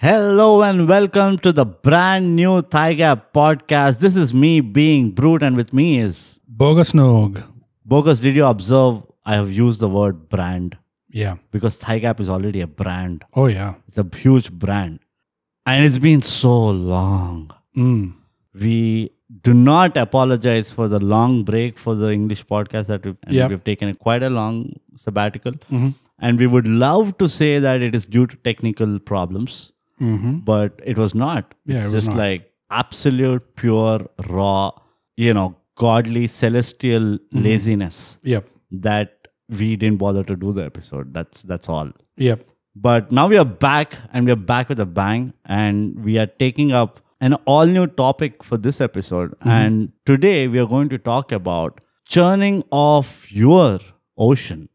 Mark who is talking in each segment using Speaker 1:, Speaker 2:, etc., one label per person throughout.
Speaker 1: Hello and welcome to the brand new Thigh Gap podcast. This is me being brute, and with me is
Speaker 2: Bogus Nog.
Speaker 1: Bogus. Did you observe? I have used the word brand
Speaker 2: Yeah.
Speaker 1: because Thigh Gap is already a brand.
Speaker 2: Oh, yeah.
Speaker 1: It's a huge brand, and it's been so long.
Speaker 2: Mm.
Speaker 1: We do not apologize for the long break for the English podcast that we've, and
Speaker 2: Yeah.
Speaker 1: we've taken quite a long sabbatical,
Speaker 2: Mhm.
Speaker 1: and we would love to say that it is due to technical problems.
Speaker 2: hmm
Speaker 1: but it was not.
Speaker 2: Yeah,
Speaker 1: it's
Speaker 2: it was
Speaker 1: just
Speaker 2: not.
Speaker 1: like absolute, pure, raw, you know, godly, celestial
Speaker 2: Hmm.
Speaker 1: laziness
Speaker 2: Yep.
Speaker 1: that we didn't bother to do the episode. That's that's all.
Speaker 2: Yep.
Speaker 1: But now we are back and we are back with a bang and we are taking up an all new topic for this episode. And today we are going to talk about churning of your ocean.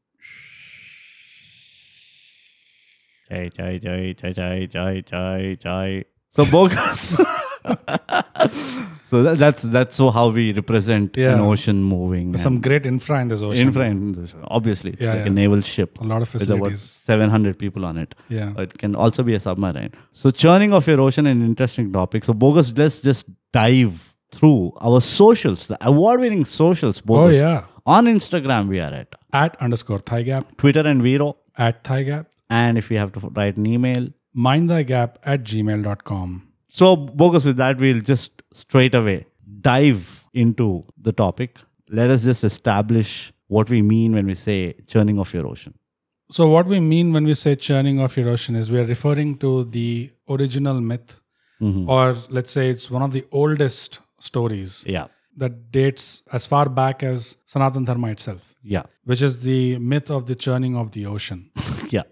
Speaker 1: Chai, chai, chai, chai, chai, chai, chai, chai. So bogus. so that, that's that's so how we represent an
Speaker 2: Yeah.
Speaker 1: ocean moving.
Speaker 2: Some great infra in this ocean.
Speaker 1: infra, obviously, it's
Speaker 2: Yeah,
Speaker 1: like a
Speaker 2: yeah.
Speaker 1: naval ship
Speaker 2: A lot of
Speaker 1: with about
Speaker 2: facilities.
Speaker 1: 700 people on it.
Speaker 2: Yeah.
Speaker 1: It can also be a submarine. So, churning of your ocean, an interesting topic. So, Bogus, let's just dive through our socials, the award winning socials,
Speaker 2: Oh,
Speaker 1: Bogus.
Speaker 2: yeah.
Speaker 1: On Instagram, we are at
Speaker 2: At underscore thigh gap,
Speaker 1: Twitter and Vero.
Speaker 2: at thigh gap,
Speaker 1: And if you have to write an email.
Speaker 2: mind thy gap at gmail.com.
Speaker 1: So, Bogus, with that, we'll just straight away dive into the topic. Let us just establish what we mean when we say churning of your ocean.
Speaker 2: So, what we mean when we say churning of your ocean is we are referring to the original myth, or let's say it's one of the oldest stories
Speaker 1: Yeah.
Speaker 2: that dates as far back as Sanatan Dharma itself,
Speaker 1: Yeah.
Speaker 2: which is the myth of the churning of the ocean.
Speaker 1: Yeah.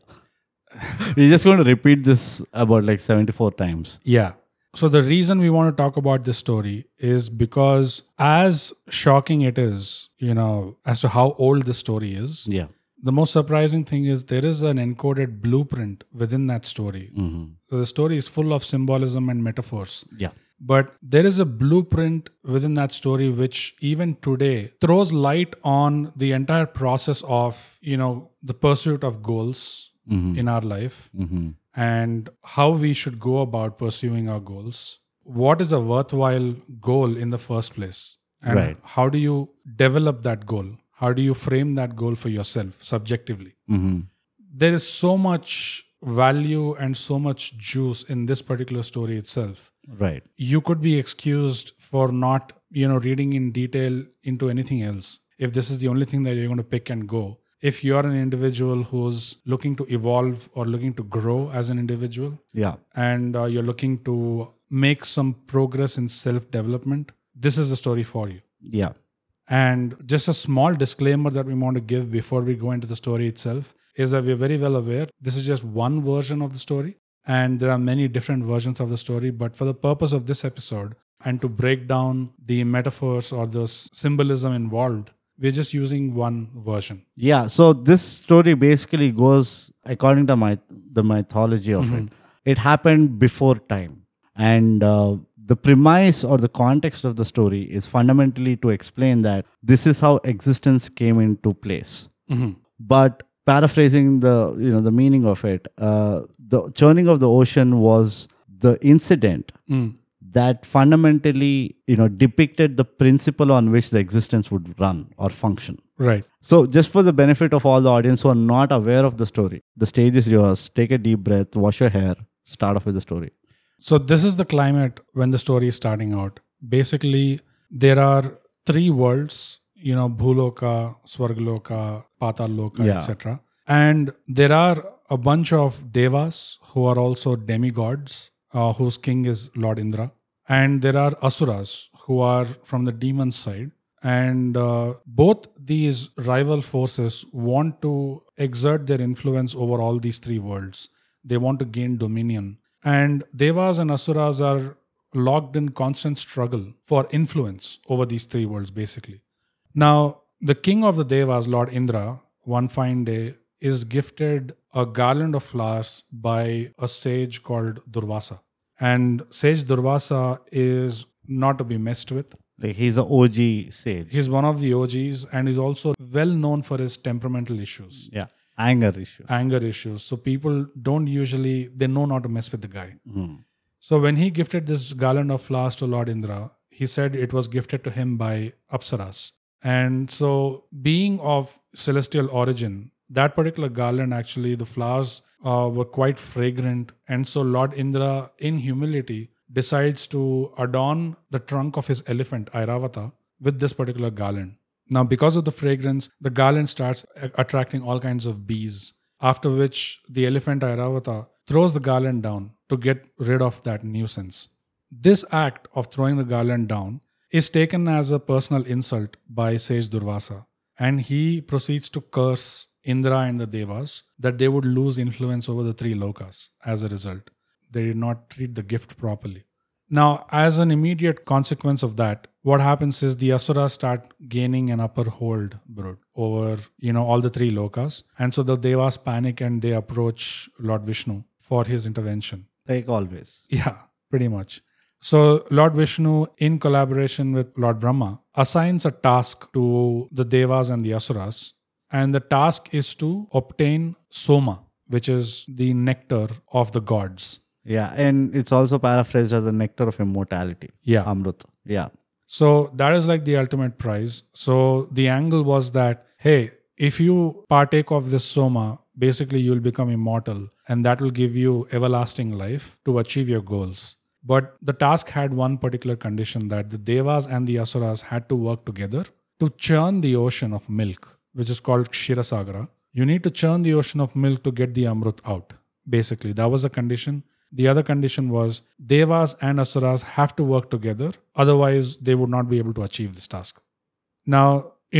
Speaker 1: We're just going to repeat this about like 74 times.
Speaker 2: Yeah. So the reason we want to talk about this story is because as shocking it is, you know, as to how old this story is,
Speaker 1: Yeah.
Speaker 2: the most surprising thing is there is an encoded blueprint within that story. So the story is full of symbolism and metaphors.
Speaker 1: Yeah.
Speaker 2: But there is a blueprint within that story which even today throws light on the entire process of, you know, the pursuit of goals in our life
Speaker 1: Mm-hmm.
Speaker 2: and how we should go about pursuing our goals. What is a worthwhile goal in the first place? And
Speaker 1: Right.
Speaker 2: how do you develop that goal? How do you frame that goal for yourself subjectively?
Speaker 1: Mm-hmm.
Speaker 2: There is so much value and so much juice in this particular story itself.
Speaker 1: Right.
Speaker 2: You could be excused for not, you know, reading in detail into anything else if this is the only thing that you're going to pick and go. If you're an individual who's looking to evolve or looking to grow as an individual,
Speaker 1: Yeah.
Speaker 2: and uh, you're looking to make some progress in self development, this is the story for you.
Speaker 1: Yeah.
Speaker 2: And just a small disclaimer that we want to give before we go into the story itself is that we're very well aware this is just one version of the story, and there are many different versions of the story. But for the purpose of this episode and to break down the metaphors or the s- symbolism involved, we're just using one version.
Speaker 1: Yeah. So this story basically goes according to my the mythology of it. It happened before time, and uh, the premise or the context of the story is fundamentally to explain that this is how existence came into place.
Speaker 2: Mm-hmm.
Speaker 1: but paraphrasing the you know the meaning of it uh, the churning of the ocean was the incident
Speaker 2: Mm.
Speaker 1: that fundamentally you know depicted the principle on which the existence would run or function
Speaker 2: Right.
Speaker 1: so just for the benefit of all the audience who are not aware of the story the stage is yours take a deep breath wash your hair start off with the story
Speaker 2: So this is the climate when the story is starting out. Basically, there are three worlds, you know, Bhuloka, Swargaloka, Pataloka,
Speaker 1: Yeah.
Speaker 2: etc. And there are a bunch of devas who are also demigods, uh, whose king is Lord Indra. And there are asuras who are from the demon side. And uh, both these rival forces want to exert their influence over all these three worlds they want to gain dominion and devas and asuras are locked in constant struggle for influence over these three worlds basically now the king of the devas lord indra one fine day is gifted a garland of flowers by a sage called durvasa and sage durvasa is not to be messed with
Speaker 1: like he's an og sage
Speaker 2: he's one of the og's and is also well known for his temperamental issues
Speaker 1: yeah anger issue.
Speaker 2: anger issues. So people don't usually they know not to mess with the guy.
Speaker 1: Hmm.
Speaker 2: So when he gifted this garland of flowers to Lord Indra, he said it was gifted to him by Apsaras. And so, being of celestial origin, that particular garland actually, the flowers uh, were quite fragrant. And so, Lord Indra, in humility, decides to adorn the trunk of his elephant, Airavata, with this particular garland. Now, because of the fragrance, the garland starts a- attracting all kinds of bees. After which, the elephant Airavata throws the garland down to get rid of that nuisance. This act of throwing the garland down is taken as a personal insult by sage Durvasa, and he proceeds to curse Indra and the Devas that they would lose influence over the three lokas as a result. They did not treat the gift properly. Now, as an immediate consequence of that, what happens is the asuras start gaining an upper hold, bro, over you know all the three lokas, and so the devas panic and they approach Lord Vishnu for his intervention.
Speaker 1: Like always.
Speaker 2: Yeah, pretty much. So Lord Vishnu, in collaboration with Lord Brahma, assigns a task to the devas and the asuras, and the task is to obtain soma, which is the nectar of the gods.
Speaker 1: Yeah, and it's also paraphrased as the nectar of immortality.
Speaker 2: Yeah.
Speaker 1: Amrut. Yeah.
Speaker 2: So that is like the ultimate prize. So the angle was that, hey, if you partake of this soma, basically you'll become immortal and that will give you everlasting life to achieve your goals. But the task had one particular condition that the devas and the asuras had to work together to churn the ocean of milk, which is called Kshirasagara. You need to churn the ocean of milk to get the Amrut out. Basically, that was the condition. The other condition was Devas and Asuras have to work together, otherwise, they would not be able to achieve this task. Now,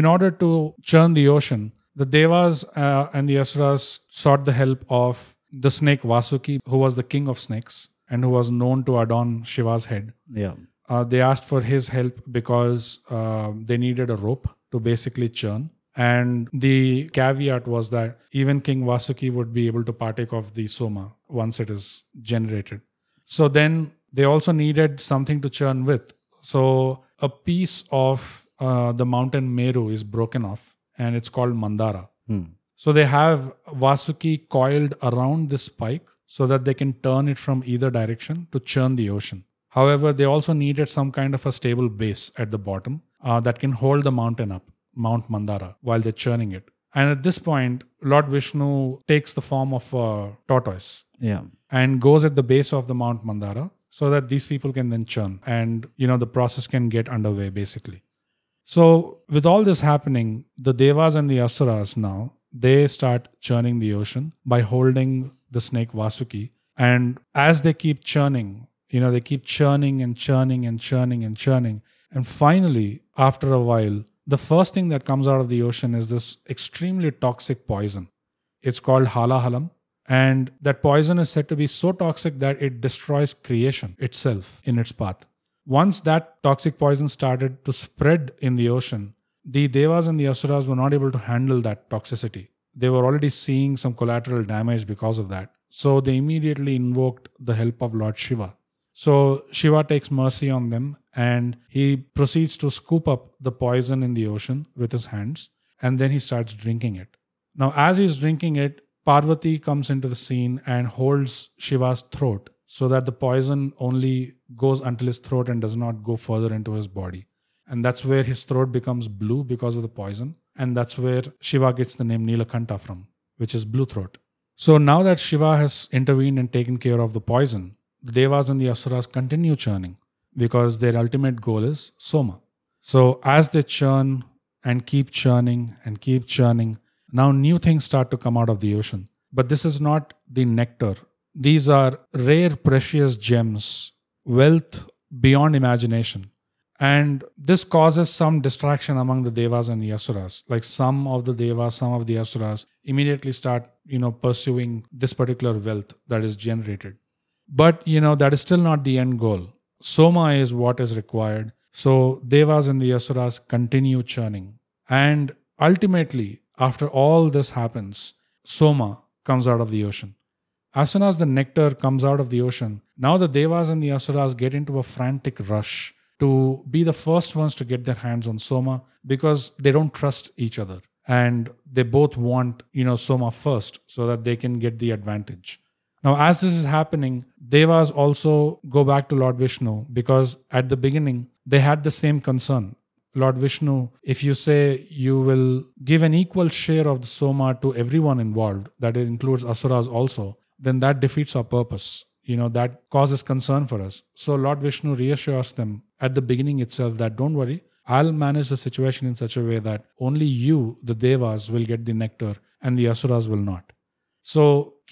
Speaker 2: in order to churn the ocean, the Devas uh, and the Asuras sought the help of the snake Vasuki, who was the king of snakes and who was known to adorn Shiva's head
Speaker 1: Yeah.
Speaker 2: uh, they asked for his help because uh, they needed a rope to basically churn. And the caveat was that even King Vasuki would be able to partake of the soma once it is generated. So then they also needed something to churn with. So a piece of uh, the mountain Meru is broken off and it's called Mandara.
Speaker 1: Hmm.
Speaker 2: So they have Vasuki coiled around this spike so that they can turn it from either direction to churn the ocean. However, they also needed some kind of a stable base at the bottom uh, that can hold the mountain up, Mount Mandara, while they're churning it. And at this point, Lord Vishnu takes the form of a tortoise
Speaker 1: Yeah.
Speaker 2: and goes at the base of the Mount Mandara so that these people can then churn and you know the process can get underway basically. So with all this happening, the devas and the asuras now they start churning the ocean by holding the snake Vasuki and as they keep churning, you know they keep churning and churning and churning and churning and finally after a while the first thing that comes out of the ocean is this extremely toxic poison. It's called halahalam. And that poison is said to be so toxic that it destroys creation itself in its path. Once that toxic poison started to spread in the ocean, the devas and the asuras were not able to handle that toxicity. They were already seeing some collateral damage because of that. So they immediately invoked the help of Lord Shiva. So Shiva takes mercy on them and he proceeds to scoop up the poison in the ocean with his hands and then he starts drinking it. Now, as he's drinking it, Parvati comes into the scene and holds Shiva's throat so that the poison only goes until his throat and does not go further into his body. And that's where his throat becomes blue because of the poison. And that's where Shiva gets the name Nilakanta from, which is blue throat. So now that Shiva has intervened and taken care of the poison, the Devas and the Asuras continue churning because their ultimate goal is Soma. So as they churn and keep churning and keep churning, now new things start to come out of the ocean. But this is not the nectar. These are rare, precious gems, wealth beyond imagination. And this causes some distraction among the devas and the asuras. Like some of the devas, some of the asuras immediately start, you know, pursuing this particular wealth that is generated. But you know, that is still not the end goal. Soma is what is required. So devas and the asuras continue churning. And ultimately, after all this happens, Soma comes out of the ocean. As soon as the nectar comes out of the ocean, now the devas and the asuras get into a frantic rush to be the first ones to get their hands on Soma because they don't trust each other. and they both want you know soma first so that they can get the advantage now as this is happening devas also go back to lord vishnu because at the beginning they had the same concern lord vishnu if you say you will give an equal share of the soma to everyone involved that includes asuras also then that defeats our purpose you know that causes concern for us so lord vishnu reassures them at the beginning itself that don't worry i'll manage the situation in such a way that only you the devas will get the nectar and the asuras will not so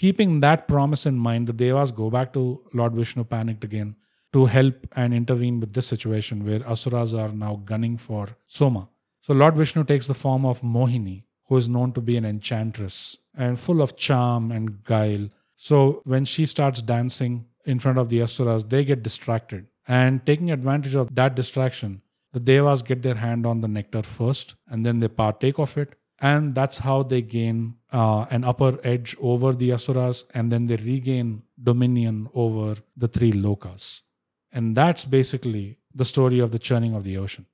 Speaker 2: keeping that promise in mind the devas go back to lord vishnu panicked again to help and intervene with this situation where asuras are now gunning for soma so lord vishnu takes the form of mohini who is known to be an enchantress and full of charm and guile so when she starts dancing in front of the asuras, they get distracted. And taking advantage of that distraction, the devas get their hand on the nectar first and then they partake of it. And that's how they gain uh, an upper edge over the asuras and then they regain dominion over the three lokas. And that's basically the story of the churning of the ocean.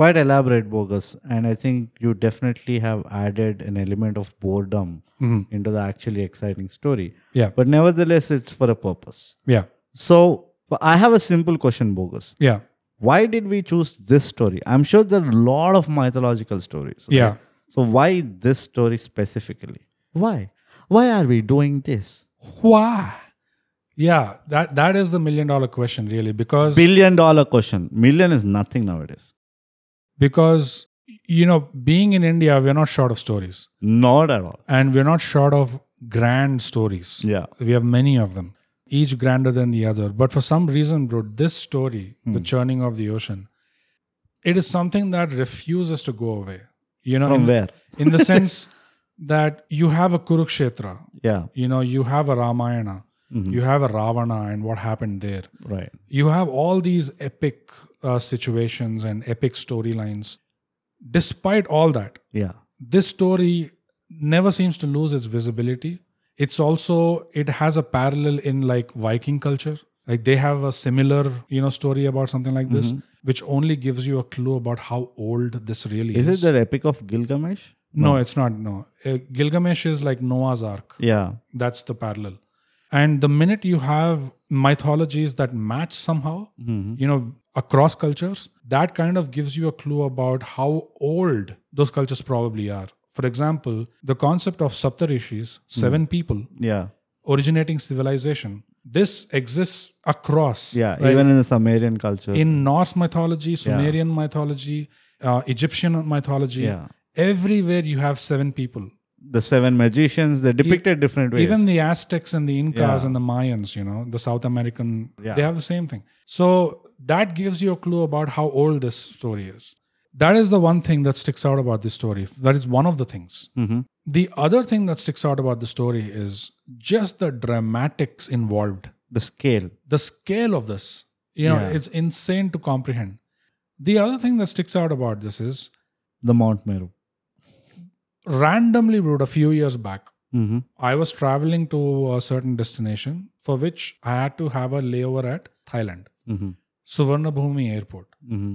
Speaker 1: Quite elaborate, bogus. And I think you definitely have added an element of boredom
Speaker 2: Mhm.
Speaker 1: into the actually exciting story.
Speaker 2: Yeah.
Speaker 1: But nevertheless, it's for a purpose.
Speaker 2: Yeah.
Speaker 1: So I have a simple question, bogus.
Speaker 2: Yeah.
Speaker 1: Why did we choose this story? I'm sure there are a lot of mythological stories. okay?
Speaker 2: Yeah.
Speaker 1: So why this story specifically? Why? Why are we doing this?
Speaker 2: Why? Yeah. That, that is the million dollar question, really, because.
Speaker 1: Billion dollar question. Million is nothing nowadays.
Speaker 2: because you know being in india we're not short of stories
Speaker 1: Not at all.
Speaker 2: and we're not short of grand stories
Speaker 1: Yeah.
Speaker 2: we have many of them each grander than the other but for some reason bro this story the
Speaker 1: Hmm.
Speaker 2: churning of the ocean it is something that refuses to go away you know
Speaker 1: From
Speaker 2: in,
Speaker 1: where?
Speaker 2: in the sense that you have a kurukshetra
Speaker 1: Yeah.
Speaker 2: you know you have a ramayana
Speaker 1: Mm-hmm.
Speaker 2: you have a ravana and what happened there
Speaker 1: Right.
Speaker 2: you have all these epic uh, situations and epic storylines. Despite all that,
Speaker 1: Yeah.
Speaker 2: this story never seems to lose its visibility. It's also it has a parallel in like Viking culture. Like they have a similar you know story about something like this, which only gives you a clue about how old this really is.
Speaker 1: Is it the Epic of Gilgamesh?
Speaker 2: no, it's not. No, Uh, Gilgamesh is like Noah's Ark.
Speaker 1: Yeah.
Speaker 2: That's the parallel. And the minute you have mythologies that match somehow,
Speaker 1: Mm-hmm.
Speaker 2: you know, across cultures, that kind of gives you a clue about how old those cultures probably are. For example, the concept of Saptarishis,
Speaker 1: Mm.
Speaker 2: seven people,
Speaker 1: Yeah.
Speaker 2: originating civilization, this exists across.
Speaker 1: Yeah.
Speaker 2: right?
Speaker 1: Even in the Sumerian culture.
Speaker 2: in Norse mythology, Sumerian mythology, uh, Egyptian mythology,
Speaker 1: Yeah.
Speaker 2: everywhere you have seven people.
Speaker 1: the seven magicians, they're depicted different ways.
Speaker 2: Even the Aztecs and the Incas
Speaker 1: Yeah.
Speaker 2: and the Mayans, you know, the South American,
Speaker 1: Yeah.
Speaker 2: they have the same thing. So that gives you a clue about how old this story is. That is the one thing that sticks out about this story. That is one of the things.
Speaker 1: Mm-hmm.
Speaker 2: The other thing that sticks out about the story is just the dramatics involved
Speaker 1: the scale.
Speaker 2: the scale of this you know
Speaker 1: Yeah.
Speaker 2: it's insane to comprehend the other thing that sticks out about this is
Speaker 1: The Mount Meru.
Speaker 2: randomly wrote a few years back
Speaker 1: Mm-hmm.
Speaker 2: i was traveling to a certain destination for which i had to have a layover at thailand
Speaker 1: Mm-hmm.
Speaker 2: suvarnabhumi airport
Speaker 1: Mm-hmm.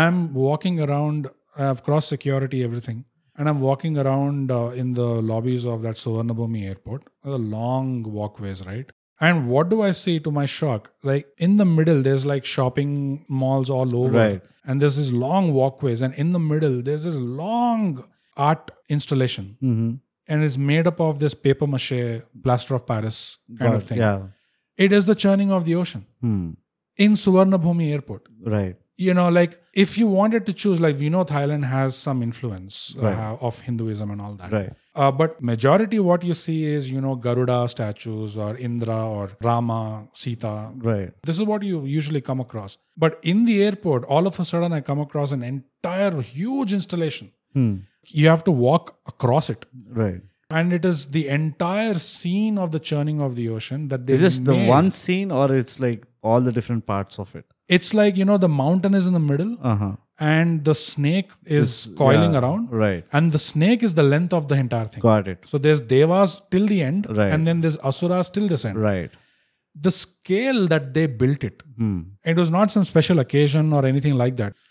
Speaker 2: i'm walking around i've crossed security everything and i'm walking around uh, in the lobbies of that suvarnabhumi airport the long walkways right and what do i see to my shock like in the middle there's like shopping malls all over
Speaker 1: Right.
Speaker 2: and there's these long walkways and in the middle there's this long art installation
Speaker 1: Mm-hmm.
Speaker 2: and it's made up of this paper mache plaster of paris kind of thing
Speaker 1: Yeah.
Speaker 2: it is the churning of the ocean
Speaker 1: Hmm.
Speaker 2: in suvarnabhumi airport
Speaker 1: Right.
Speaker 2: you know like if you wanted to choose like we know thailand has some influence uh,
Speaker 1: Right.
Speaker 2: of hinduism and all that
Speaker 1: Right.
Speaker 2: uh, but majority what you see is you know garuda statues or indra or rama sita
Speaker 1: Right.
Speaker 2: this is what you usually come across but in the airport all of a sudden i come across an entire huge installation
Speaker 1: Hmm.
Speaker 2: you have to walk across it
Speaker 1: Right.
Speaker 2: and it is the entire scene of the churning of the ocean that they
Speaker 1: Is this the
Speaker 2: made.
Speaker 1: one scene or it's like all the different parts of it?
Speaker 2: it's like you know the mountain is in the middle
Speaker 1: Uh huh.
Speaker 2: and the snake is coiling around
Speaker 1: Right.
Speaker 2: and the snake is the length of the entire thing.
Speaker 1: Got it.
Speaker 2: So there's devas till the end,
Speaker 1: Right.
Speaker 2: and then there's asuras till this end.
Speaker 1: Right.
Speaker 2: The scale that they built it,
Speaker 1: Hmm.
Speaker 2: it was not some special occasion or anything like that.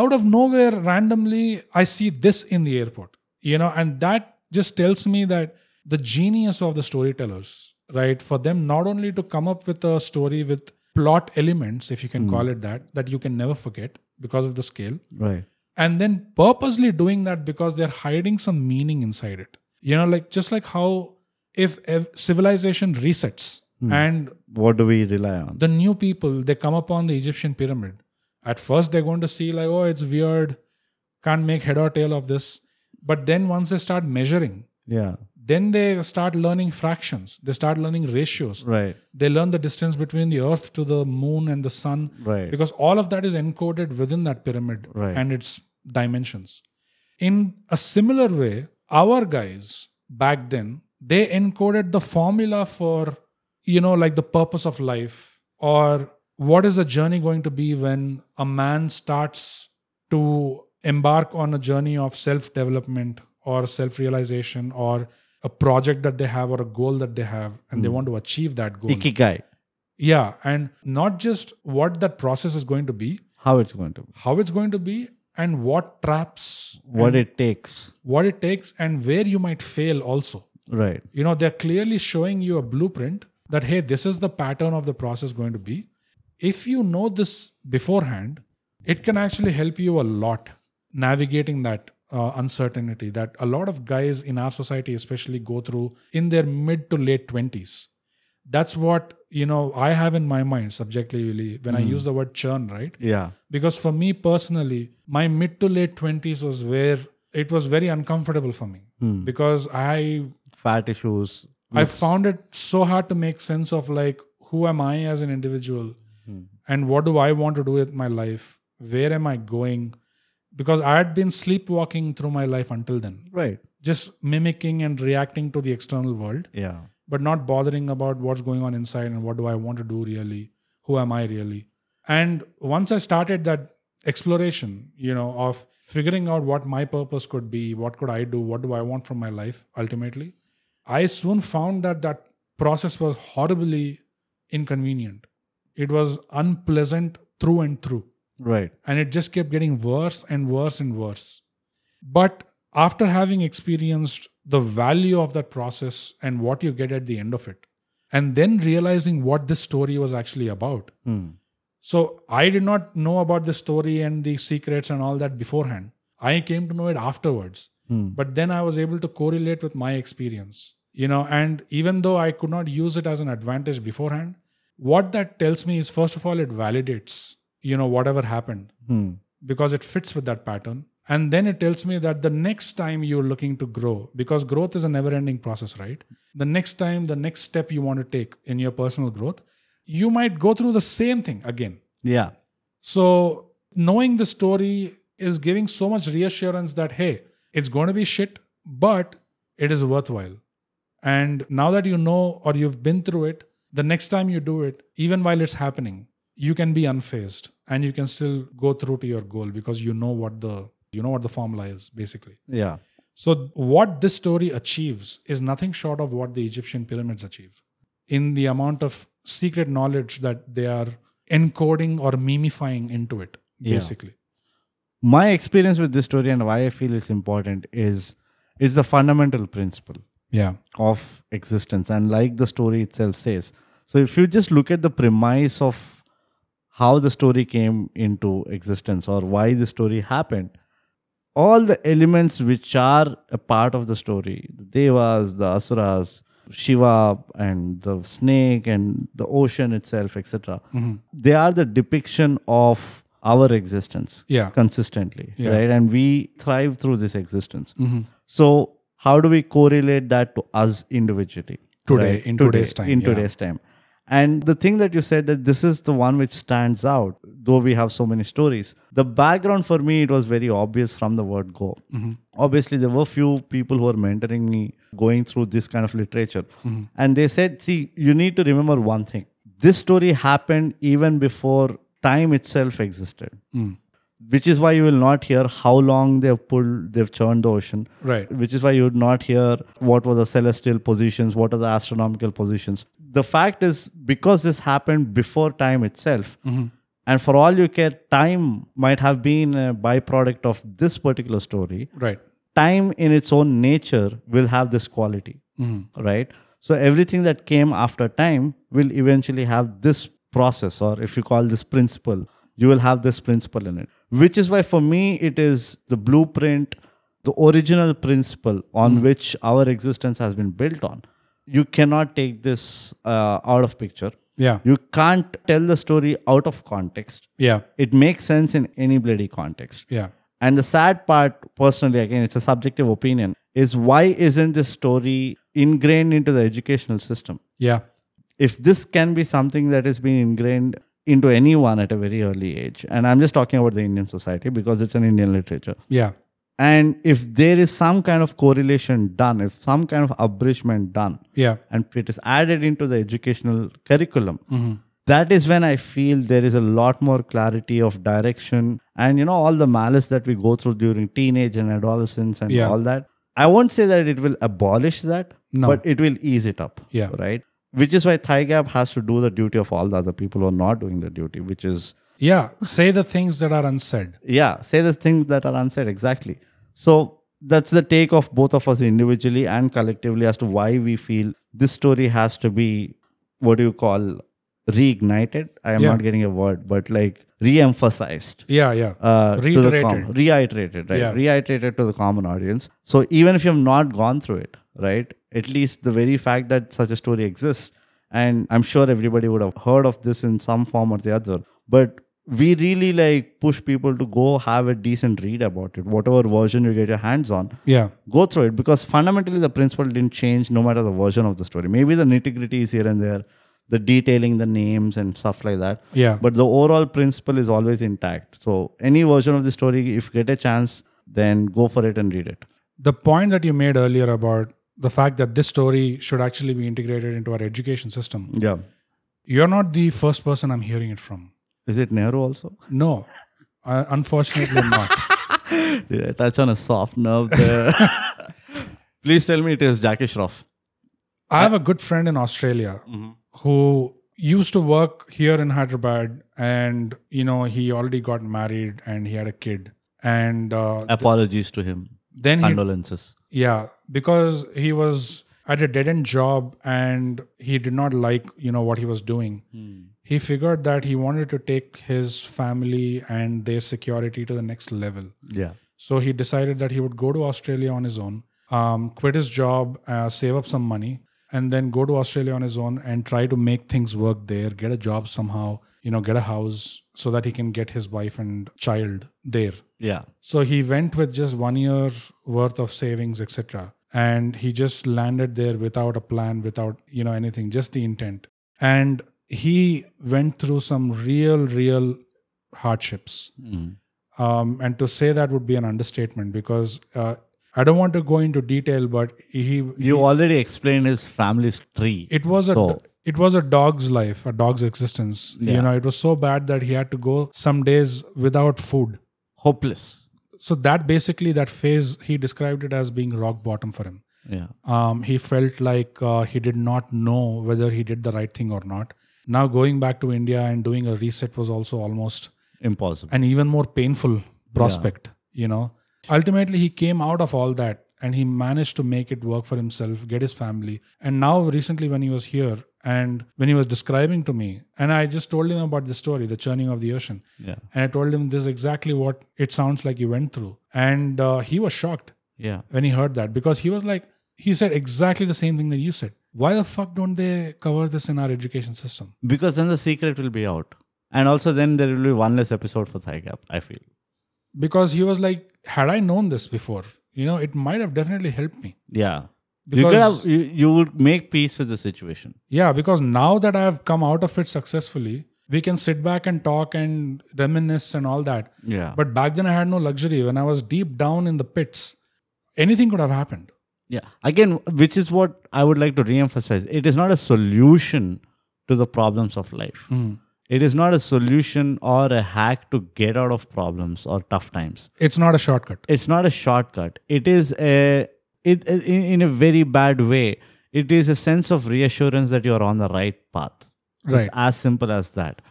Speaker 2: out of nowhere randomly i see this in the airport you know and that just tells me that the genius of the storytellers right for them not only to come up with a story with plot elements if you can call it that that you can never forget because of the scale
Speaker 1: Right.
Speaker 2: and then purposely doing that because they're hiding some meaning inside it you know like just like how if, if civilization resets and
Speaker 1: What do we rely on?
Speaker 2: the new people they come upon the egyptian pyramid at first they're going to see like oh it's weird can't make head or tail of this but then once they start measuring
Speaker 1: yeah.
Speaker 2: then they start learning fractions they start learning ratios
Speaker 1: Right.
Speaker 2: they learn the distance between the earth to the moon and the sun
Speaker 1: Right.
Speaker 2: because all of that is encoded within that pyramid
Speaker 1: Right.
Speaker 2: and its dimensions in a similar way our guys back then they encoded the formula for you know like the purpose of life or what is the journey going to be when a man starts to embark on a journey of self development or self realization or a project that they have or a goal that they have and they want to achieve that goal
Speaker 1: Ikigai.
Speaker 2: yeah, and not just what that process is going to be,
Speaker 1: How it's going to be.
Speaker 2: how it's going to be, and what traps,
Speaker 1: What it takes.
Speaker 2: what it takes, and where you might fail also.
Speaker 1: Right.
Speaker 2: You know, they're clearly showing you a blueprint that, hey, this is the pattern of the process going to be. If you know this beforehand, it can actually help you a lot navigating that uh, uncertainty that a lot of guys in our society, especially, go through in their mid to late 20s. That's what, you know, I have in my mind subjectively when I use the word churn, right?
Speaker 1: Yeah.
Speaker 2: because for me personally my mid to late 20s was where it was very uncomfortable for me because i
Speaker 1: Fat issues.
Speaker 2: i found it so hard to make sense of like who am i as an individual
Speaker 1: Hmm.
Speaker 2: and what do i want to do with my life where am i going because i had been sleepwalking through my life until then
Speaker 1: Right.
Speaker 2: just mimicking and reacting to the external world
Speaker 1: Yeah.
Speaker 2: but not bothering about what's going on inside and what do I want to do really? Who am I really? And once I started that exploration, you know, of figuring out what my purpose could be, what could I do, what do I want from my life ultimately, I soon found that that process was horribly inconvenient. It was unpleasant through and through
Speaker 1: Right.
Speaker 2: and it just kept getting worse and worse and worse. But after having experienced the value of that process and what you get at the end of it, and then realizing what this story was actually about.
Speaker 1: Hmm.
Speaker 2: So I did not know about the story and the secrets and all that beforehand. I came to know it afterwards.
Speaker 1: Hmm.
Speaker 2: But then I was able to correlate with my experience, you know, and even though I could not use it as an advantage beforehand, what that tells me is first of all, it validates, you know, whatever happened
Speaker 1: Hmm.
Speaker 2: because it fits with that pattern. And then it tells me that the next time you're looking to grow, because growth is a never ending process, right? The next time, the next step you want to take in your personal growth, you might go through the same thing again.
Speaker 1: Yeah.
Speaker 2: So, knowing the story is giving so much reassurance that, hey, it's going to be shit, but it is worthwhile. And now that you know or you've been through it, the next time you do it, even while it's happening, you can be unfazed and you can still go through to your goal because you know what the you know what the formula is basically.
Speaker 1: Yeah.
Speaker 2: So what this story achieves is nothing short of what the Egyptian pyramids achieve in the amount of secret knowledge that they are encoding or mimifying into it basically.
Speaker 1: my experience with this story and why I feel it's important is it's the fundamental principle
Speaker 2: Yeah.
Speaker 1: of existence and like the story itself says. So if you just look at the premise of how the story came into existence or why the story happened, all the elements which are a part of the story, the devas, the asuras, Shiva and the snake and the ocean itself, etc. They are the depiction of our existence
Speaker 2: Yeah.
Speaker 1: consistently
Speaker 2: Yeah. Mm-hmm.
Speaker 1: right and we thrive through this existence so how do we correlate that to us individually
Speaker 2: Today, in today's time,
Speaker 1: in
Speaker 2: yeah.
Speaker 1: today's time and the thing that you said that this is the one which stands out though we have so many stories the background for me it was very obvious from the word go
Speaker 2: Mm-hmm.
Speaker 1: obviously there were few people who were mentoring me going through this kind of literature
Speaker 2: Mm-hmm.
Speaker 1: and they said see you need to remember one thing this story happened even before time itself existed which is why you will not hear how long they've pulled they've churned the ocean
Speaker 2: Right.
Speaker 1: which is why you would not hear what were the celestial positions what are the astronomical positions the fact is because this happened before time itself And for all you care, time might have been a byproduct of this particular story.
Speaker 2: Right.
Speaker 1: Time in its own nature will have this quality,
Speaker 2: Mhm.
Speaker 1: right? So everything that came after time will eventually have this process, or if you call this principle, you will have this principle in it. Which is why, for me, it is the blueprint, the original principle on which our existence has been built on. You cannot take this uh, out of picture.
Speaker 2: Yeah.
Speaker 1: You can't tell the story out of context.
Speaker 2: Yeah.
Speaker 1: It makes sense in any bloody context.
Speaker 2: Yeah.
Speaker 1: And the sad part, personally, again, it's a subjective opinion, is why isn't this story ingrained into the educational system?
Speaker 2: Yeah.
Speaker 1: If this can be something that has been ingrained into anyone at a very early age, and I'm just talking about the Indian society because it's an Indian literature.
Speaker 2: Yeah.
Speaker 1: And if there is some kind of correlation done, if some kind of abridgment done,
Speaker 2: Yeah.
Speaker 1: and it is added into the educational curriculum,
Speaker 2: Mhm.
Speaker 1: that is when i feel there is a lot more clarity of direction and you know all the malice that we go through during teenage and adolescence and
Speaker 2: Yeah.
Speaker 1: all that i won't say that it will abolish that
Speaker 2: No.
Speaker 1: but it will ease it up
Speaker 2: Yeah.
Speaker 1: right which is why thigh gap has to do the duty of all the other people who are not doing the duty which is
Speaker 2: Yeah. Say the things that are unsaid.
Speaker 1: yeah say the things that are unsaid exactly so that's the take of both of us individually and collectively as to why we feel this story has to be what do you call reignited i am
Speaker 2: Yeah.
Speaker 1: not getting a word but like re-emphasized
Speaker 2: Yeah. Yeah.
Speaker 1: uh, to the com-
Speaker 2: Reiterated.
Speaker 1: reiterated right
Speaker 2: Yeah.
Speaker 1: reiterated to the common audience so even if you have not gone through it right at least the very fact that such a story exists and i'm sure everybody would have heard of this in some form or the other but we really like push people to go have a decent read about it whatever version you get your hands on
Speaker 2: Yeah.
Speaker 1: go through it because fundamentally the principle didn't change no matter the version of the story maybe the nitty gritty is here and there the detailing the names and stuff like that
Speaker 2: Yeah.
Speaker 1: but the overall principle is always intact so any version of the story if you get a chance then go for it and read it
Speaker 2: the point that you made earlier about the fact that this story should actually be integrated into our education system
Speaker 1: yeah
Speaker 2: you're not the first person i'm hearing it from
Speaker 1: is it nehru also
Speaker 2: no uh, unfortunately not
Speaker 1: did i touch on a soft nerve there please tell me it is jackie shroff
Speaker 2: i have a good friend in australia who used to work here in hyderabad and you know he already got married and he had a kid and uh,
Speaker 1: apologies to him
Speaker 2: then he
Speaker 1: condolences
Speaker 2: Yeah, because he was at a dead end job and he did not like, you know, what he was doing. He figured that he wanted to take his family and their security to the next level.
Speaker 1: yeah
Speaker 2: So he decided that he would go to Australia on his own, um, quit his job, uh, save up some money, and then go to Australia on his own and try to make things work there, get a job somehow, you know, get a house so that he can get his wife and child there.
Speaker 1: yeah
Speaker 2: So he went with just one year worth of savings, etc. And he just landed there without a plan, without you know anything, just the intent. And he went through some real, real hardships.
Speaker 1: Mm.
Speaker 2: Um, and to say that would be an understatement because uh, I don't want to go into detail, but he
Speaker 1: you already explained his family's tree
Speaker 2: it was a
Speaker 1: So-
Speaker 2: it was a dog's life, a dog's existence. You
Speaker 1: Yeah.
Speaker 2: know, it was so bad that he had to go some days without food.
Speaker 1: hopeless
Speaker 2: so that basically that phase he described it as being rock bottom for him
Speaker 1: yeah
Speaker 2: um, he felt like uh, he did not know whether he did the right thing or not now going back to india and doing a reset was also almost
Speaker 1: impossible
Speaker 2: an even more painful prospect you know ultimately he came out of all that and he managed to make it work for himself get his family and now recently when he was here and when he was describing to me and i just told him about the story the churning of the ocean
Speaker 1: yeah
Speaker 2: and I told him this is exactly what it sounds like you went through. And uh, he was shocked
Speaker 1: yeah
Speaker 2: when he heard that because he was like, he said exactly the same thing that you said. Why the fuck don't they cover this in our education system?
Speaker 1: because then the secret will be out and also then there will be one less episode for thigh gap i feel
Speaker 2: Because he was like, had I known this before, you know, it might have definitely helped me.
Speaker 1: yeah you, could
Speaker 2: Because
Speaker 1: have, you, you would make peace with the situation
Speaker 2: yeah, because now that I have come out of it successfully, we can sit back and talk and reminisce and all that.
Speaker 1: yeah
Speaker 2: But back then I had no luxury. When I was deep down in the pits, anything could have happened.
Speaker 1: yeah again which is what i would like to reemphasize it is not a solution to the problems of life it is not a solution or a hack to get out of problems or tough times
Speaker 2: It's not a shortcut.
Speaker 1: it's not a shortcut it is a it in, in a very bad way it is a sense of reassurance that you are on the right path
Speaker 2: Right.
Speaker 1: it's as simple as that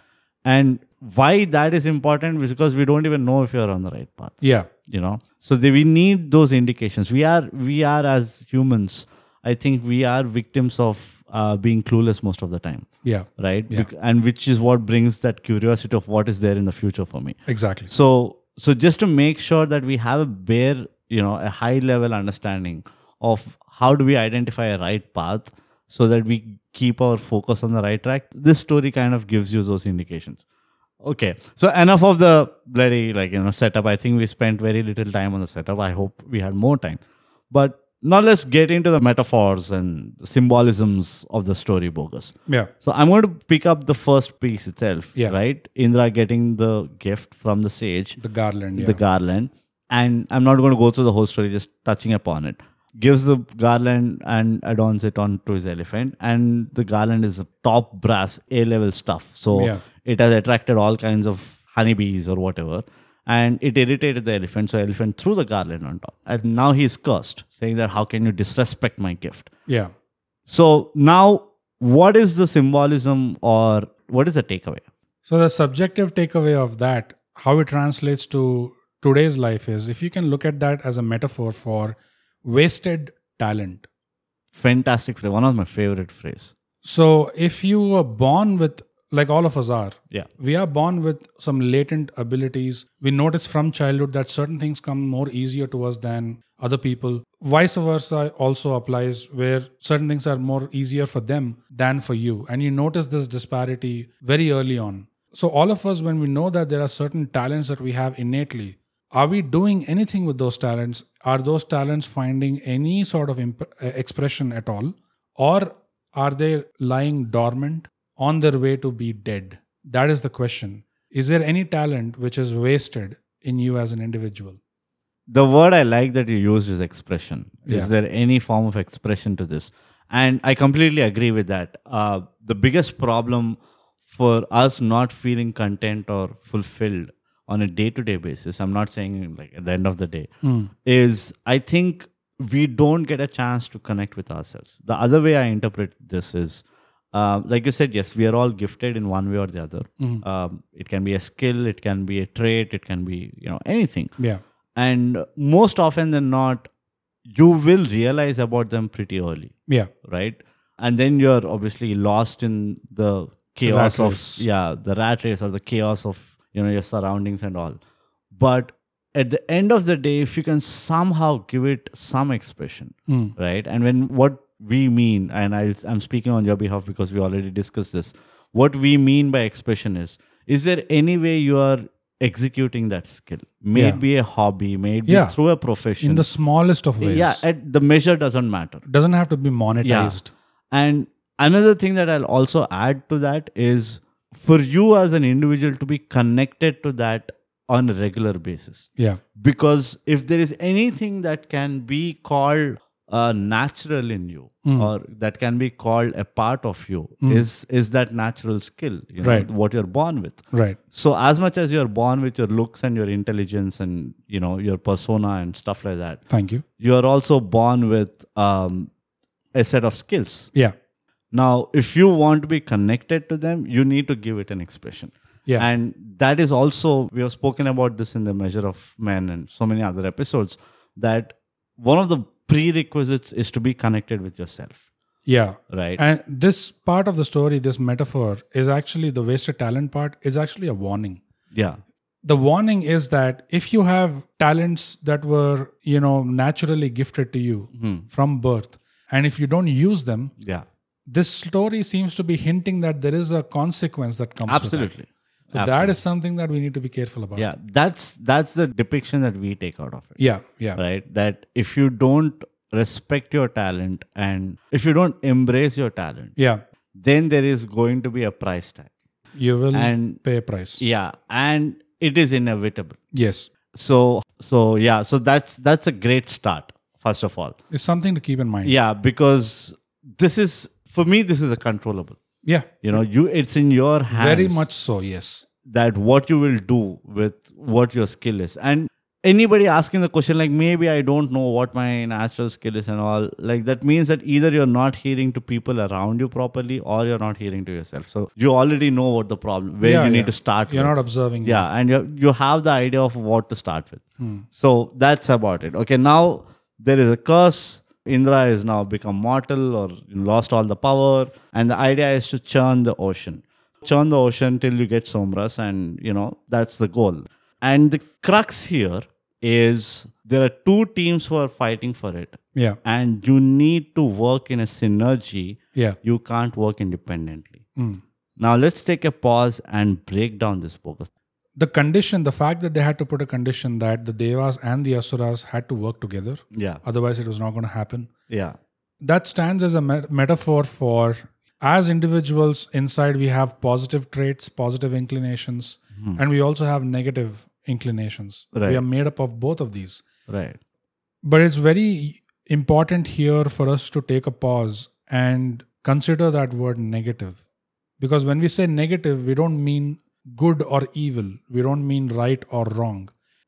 Speaker 1: and why that is important is because we don't even know if you're on the right path
Speaker 2: Yeah.
Speaker 1: you know so they, we need those indications we are we are as humans i think we are victims of uh, being clueless most of the time
Speaker 2: Yeah.
Speaker 1: right Bec- and which is what brings that curiosity of what is there in the future for me
Speaker 2: Exactly.
Speaker 1: so so just to make sure that we have a bare you know a high level understanding of how do we identify a right path so that we keep our focus on the right track this story kind of gives you those indications okay so enough of the bloody like you know setup i think we spent very little time on the setup i hope we had more time but now let's get into the metaphors and symbolisms of the story bogus
Speaker 2: Yeah.
Speaker 1: so I'm going to pick up the first piece itself,
Speaker 2: Yeah.
Speaker 1: right? Indra getting the gift from the sage,
Speaker 2: The garland. Yeah.
Speaker 1: the garland, and I'm not going to go through the whole story, just touching upon it. Gives the garland and adorns it onto his elephant, and the garland is top brass, A-level stuff. So
Speaker 2: Yeah.
Speaker 1: it has attracted all kinds of honeybees or whatever, and it irritated the elephant. So elephant threw the garland on top, and now he's cursed, saying that how can you disrespect my gift?
Speaker 2: yeah.
Speaker 1: So now, what is the symbolism or what is the takeaway?
Speaker 2: So the subjective takeaway of that, how it translates to today's life is if you can look at that as a metaphor for wasted talent.
Speaker 1: Fantastic phrase. One of my favorite phrase.
Speaker 2: So if you were born with like all of us are,
Speaker 1: Yeah.
Speaker 2: we are born with some latent abilities. We notice from childhood that certain things come more easier to us than other people. Vice versa also applies where certain things are more easier for them than for you. And you notice this disparity very early on. So, all of us, when we know that there are certain talents that we have innately, are we doing anything with those talents? Are those talents finding any sort of imp- uh, expression at all? Or are they lying dormant on their way to be dead? That is the question. Is there any talent which is wasted in you as an individual?
Speaker 1: The word I like that you used is expression.
Speaker 2: Yeah.
Speaker 1: Is there any form of expression to this? And I completely agree with that. Uh, the biggest problem for us not feeling content or fulfilled on a day to day basis, I'm not saying like at the end of the day, is I think we don't get a chance to connect with ourselves. The other way I interpret this is, uh, like you said, yes, we are all gifted in one way or the other. Um, it can be a skill, it can be a trait, it can be you know anything.
Speaker 2: Yeah.
Speaker 1: And most often than not, you will realize about them pretty early,
Speaker 2: Yeah.
Speaker 1: right? And then you're obviously lost in the chaos
Speaker 2: Rat
Speaker 1: of
Speaker 2: race.
Speaker 1: yeah, the rat race or the chaos of you know your surroundings and all. But at the end of the day, if you can somehow give it some expression,
Speaker 2: Mm.
Speaker 1: right? And when what we mean, and I, I'm speaking on your behalf because we already discussed this, what we mean by expression is is there any way you are executing that skill? May
Speaker 2: Yeah.
Speaker 1: it be a hobby, may it be
Speaker 2: Yeah.
Speaker 1: through a profession.
Speaker 2: In the smallest of ways.
Speaker 1: yeah, at, the measure doesn't matter.
Speaker 2: doesn't have to be monetized.
Speaker 1: And another thing that I'll also add to that is for you as an individual to be connected to that on a regular basis
Speaker 2: Yeah.
Speaker 1: because if there is anything that can be called uh, natural in you or that can be called a part of you is is that natural skill you know,
Speaker 2: Right.
Speaker 1: what you're born with
Speaker 2: Right.
Speaker 1: so as much as you're born with your looks and your intelligence and you know your persona and stuff like that
Speaker 2: Thank you.
Speaker 1: you're also born with um, a set of skills
Speaker 2: Yeah.
Speaker 1: now, if you want to be connected to them, you need to give it an expression.
Speaker 2: Yeah.
Speaker 1: And that is also, we have spoken about this in the measure of men and so many other episodes, that one of the prerequisites is to be connected with yourself,
Speaker 2: Yeah.
Speaker 1: right?
Speaker 2: And this part of the story, this metaphor, is actually the wasted talent part, is actually a warning.
Speaker 1: yeah.
Speaker 2: the warning is that if you have talents that were you know naturally gifted to you
Speaker 1: Hmm.
Speaker 2: from birth and if you don't use them
Speaker 1: Yeah.
Speaker 2: this story seems to be hinting that there is a consequence that comes with
Speaker 1: Absolutely.
Speaker 2: that. so that is something that we need to be careful about
Speaker 1: Yeah. That's that's the depiction that we take out of it.
Speaker 2: yeah yeah
Speaker 1: right that if you don't respect your talent and if you don't embrace your talent
Speaker 2: yeah
Speaker 1: then there is going to be a price tag
Speaker 2: you will
Speaker 1: and
Speaker 2: pay a price
Speaker 1: yeah and it is inevitable
Speaker 2: yes
Speaker 1: so so yeah so that's that's a great start first of all
Speaker 2: it's something to keep in mind
Speaker 1: yeah because this is for me this is a controllable
Speaker 2: yeah
Speaker 1: you know you it's in your hands
Speaker 2: very much so yes
Speaker 1: that what you will do with what your skill is and anybody asking the question like maybe i don't know what my natural skill is and all like that means that either you're not hearing to people around you properly or you're not hearing to yourself so you already know what the problem where
Speaker 2: Yeah,
Speaker 1: you need
Speaker 2: yeah.
Speaker 1: to start
Speaker 2: You're
Speaker 1: with.
Speaker 2: not observing.
Speaker 1: yeah and you you have the idea of what to start with so that's about it okay now there is a curse indra is now become mortal or lost all the power and the idea is to churn the ocean churn the ocean till you get somras and you know that's the goal and the crux here is there are two teams who are fighting for it
Speaker 2: Yeah.
Speaker 1: and you need to work in a synergy
Speaker 2: Yeah. Hmm.
Speaker 1: you can't work independently now let's take a pause and break down this focus
Speaker 2: The condition, the fact that they had to put a condition that the devas and the asuras had to work together,
Speaker 1: yeah
Speaker 2: otherwise it was not going to happen.
Speaker 1: yeah
Speaker 2: that stands as a me- metaphor for as individuals inside we have positive traits positive inclinations and we also have negative inclinations
Speaker 1: Right.
Speaker 2: we are made up of both of these
Speaker 1: right
Speaker 2: but it's very important here for us to take a pause and consider that word negative because when we say negative we don't mean good or evil we don't mean right or wrong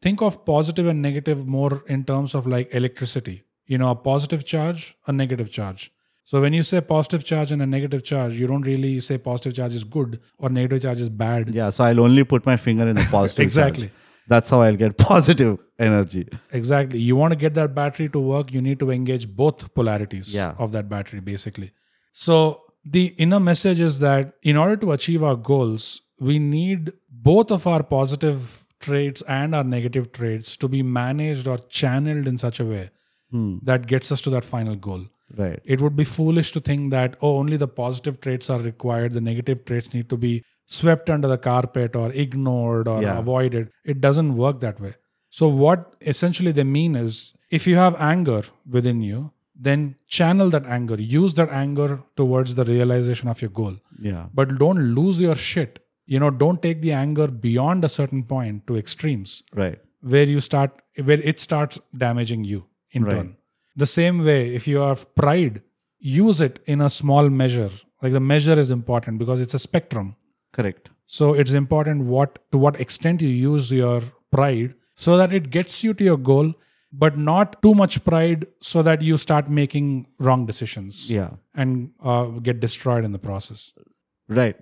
Speaker 2: think of positive and negative more in terms of like electricity you know a positive charge a negative charge so when you say positive charge and a negative charge you don't really say positive charge is good or negative charge is bad
Speaker 1: Yeah, so I'll only put my finger in the positive. charge.
Speaker 2: Exactly.
Speaker 1: That's how I'll get positive energy.
Speaker 2: Exactly. You want to get that battery to work, you need to engage both polarities
Speaker 1: Yeah.
Speaker 2: of that battery, basically. So, the inner message is that in order to achieve our goals, we need both of our positive traits and our negative traits to be managed or channeled in such a way that gets us to that final goal.
Speaker 1: Right.
Speaker 2: It would be foolish to think that, oh, only the positive traits are required, the negative traits need to be swept under the carpet or ignored or
Speaker 1: Yeah.
Speaker 2: avoided. It doesn't work that way. So, what essentially they mean is if you have anger within you, then channel that anger, use that anger towards the realization of your goal.
Speaker 1: Yeah.
Speaker 2: But don't lose your shit. You know, don't take the anger beyond a certain point to extremes
Speaker 1: Right.
Speaker 2: where you start where it starts damaging you in
Speaker 1: Right.
Speaker 2: turn the same way if you have pride use it in a small measure like the measure is important because it's a spectrum
Speaker 1: Correct.
Speaker 2: so it's important what to what extent you use your pride so that it gets you to your goal but not too much pride so that you start making wrong decisions
Speaker 1: Yeah.
Speaker 2: and uh, get destroyed in the process
Speaker 1: Right.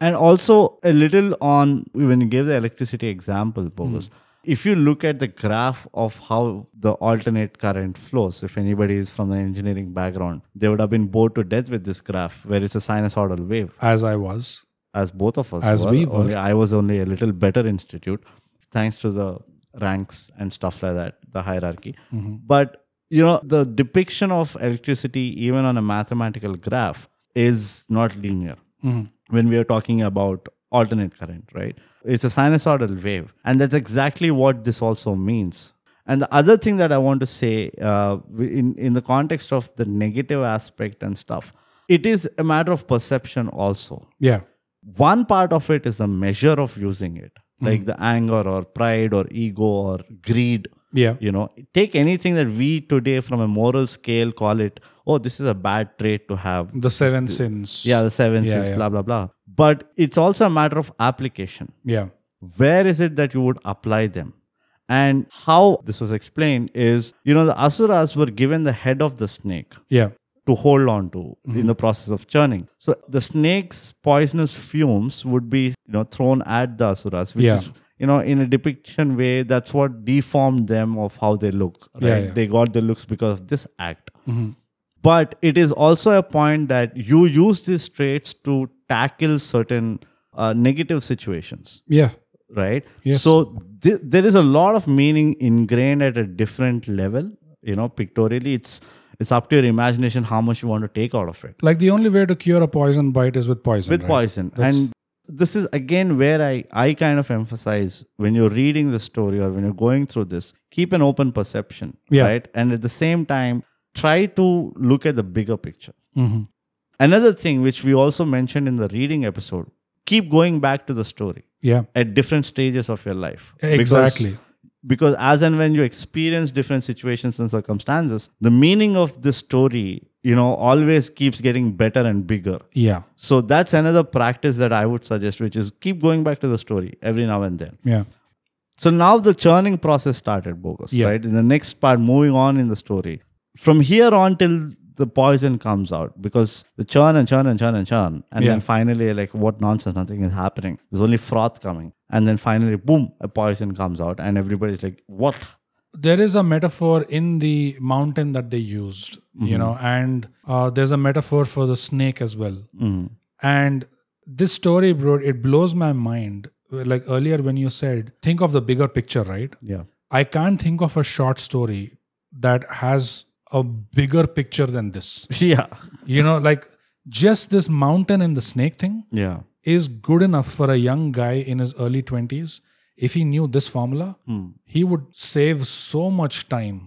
Speaker 1: And also a little on when you gave the electricity example, Bogus. If you look at the graph of how the alternate current flows, if anybody is from the engineering background, they would have been bored to death with this graph where it's a sinusoidal wave.
Speaker 2: as i was
Speaker 1: as both of us
Speaker 2: As
Speaker 1: were,
Speaker 2: we were.
Speaker 1: Only I was only a little better institute, thanks to the ranks and stuff like that, the hierarchy.
Speaker 2: Mm-hmm.
Speaker 1: But you know, the depiction of electricity, even on a mathematical graph, is not linear.
Speaker 2: Mm-hmm.
Speaker 1: When we are talking about alternate current, right? It's a sinusoidal wave, and that's exactly what this also means. And the other thing that I want to say, uh, in in the context of the negative aspect and stuff, it is a matter of perception also
Speaker 2: yeah
Speaker 1: one part of it is the measure of using it
Speaker 2: Hmm.
Speaker 1: like the anger or pride or ego or greed
Speaker 2: yeah
Speaker 1: you know take anything that we today from a moral scale call it oh this is a bad trait to have
Speaker 2: the seven sins
Speaker 1: yeah the seven
Speaker 2: Yeah,
Speaker 1: sins
Speaker 2: yeah.
Speaker 1: blah blah blah but it's also a matter of application
Speaker 2: yeah
Speaker 1: where is it that you would apply them and how this was explained is you know the asuras were given the head of the snake
Speaker 2: yeah
Speaker 1: to hold on to in
Speaker 2: Mm-hmm.
Speaker 1: the process of churning. So the snake's poisonous fumes would be you know thrown at the asuras, which
Speaker 2: Yeah.
Speaker 1: is you know in a depiction way that's what deformed them of how they look. Right?
Speaker 2: Yeah, Mm-hmm. yeah.
Speaker 1: They got the looks because of this act. But it is also a point that you use these traits to tackle certain uh, negative situations
Speaker 2: yeah
Speaker 1: right
Speaker 2: Yes.
Speaker 1: so th- there is a lot of meaning ingrained at a different level you know pictorially it's it's up to your imagination how much you want to take out of it
Speaker 2: Like the only way to cure a poison bite is with poison.
Speaker 1: with
Speaker 2: right?
Speaker 1: poison and this is again where i i kind of emphasize when you're reading the story or when you're going through this keep an open perception
Speaker 2: Yeah.
Speaker 1: right and at the same time try to look at the bigger picture
Speaker 2: Mhm.
Speaker 1: another thing which we also mentioned in the reading episode keep going back to the story
Speaker 2: Yeah.
Speaker 1: at different stages of your life.
Speaker 2: Exactly.
Speaker 1: Because, because as and when you experience different situations and circumstances, the meaning of this story, you know, always keeps getting better and bigger.
Speaker 2: Yeah.
Speaker 1: So that's another practice that I would suggest, which is keep going back to the story every now and then.
Speaker 2: Yeah.
Speaker 1: So now the churning process started, bogus,
Speaker 2: Yeah.
Speaker 1: right? In the next part, moving on in the story, from here on till the poison comes out, because the churn and churn and churn and churn, and then
Speaker 2: Yeah.
Speaker 1: finally, like what nonsense, nothing is happening. There's only froth coming, and then finally, boom, a poison comes out, and everybody's like, "What?"
Speaker 2: there is a metaphor in the mountain that they used you know and uh, there's a metaphor for the snake as well
Speaker 1: Mhm.
Speaker 2: and this story bro it blows my mind like earlier when you said think of the bigger picture right
Speaker 1: Yeah,
Speaker 2: i can't think of a short story that has a bigger picture than this
Speaker 1: yeah,
Speaker 2: you know like just this mountain and the snake thing
Speaker 1: yeah.
Speaker 2: is good enough for a young guy in his early 20s if he knew this formula
Speaker 1: Mm.
Speaker 2: he would save so much time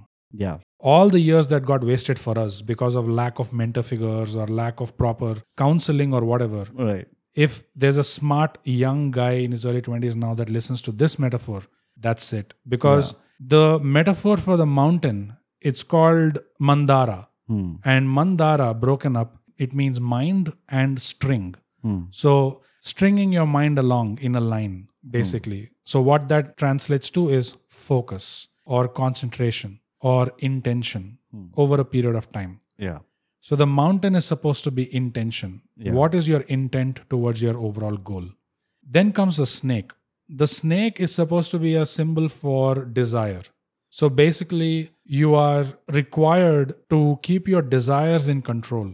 Speaker 1: Yeah,
Speaker 2: all the years that got wasted for us because of lack of mentor figures or lack of proper counseling or whatever
Speaker 1: right.
Speaker 2: if there's a smart young guy in his early 20s now that listens to this metaphor that's it because the metaphor for the mountain it's called mandara
Speaker 1: Hmm.
Speaker 2: and mandara broken up it means mind and string
Speaker 1: Hmm.
Speaker 2: so stringing your mind along in a line basically so what that translates to is focus or concentration or intention over a period of time
Speaker 1: Yeah,
Speaker 2: so the mountain is supposed to be intention.
Speaker 1: Yeah.
Speaker 2: What is your intent towards your overall goal? Then comes the snake. The snake is supposed to be a symbol for desire. So basically, you are required to keep your desires in control.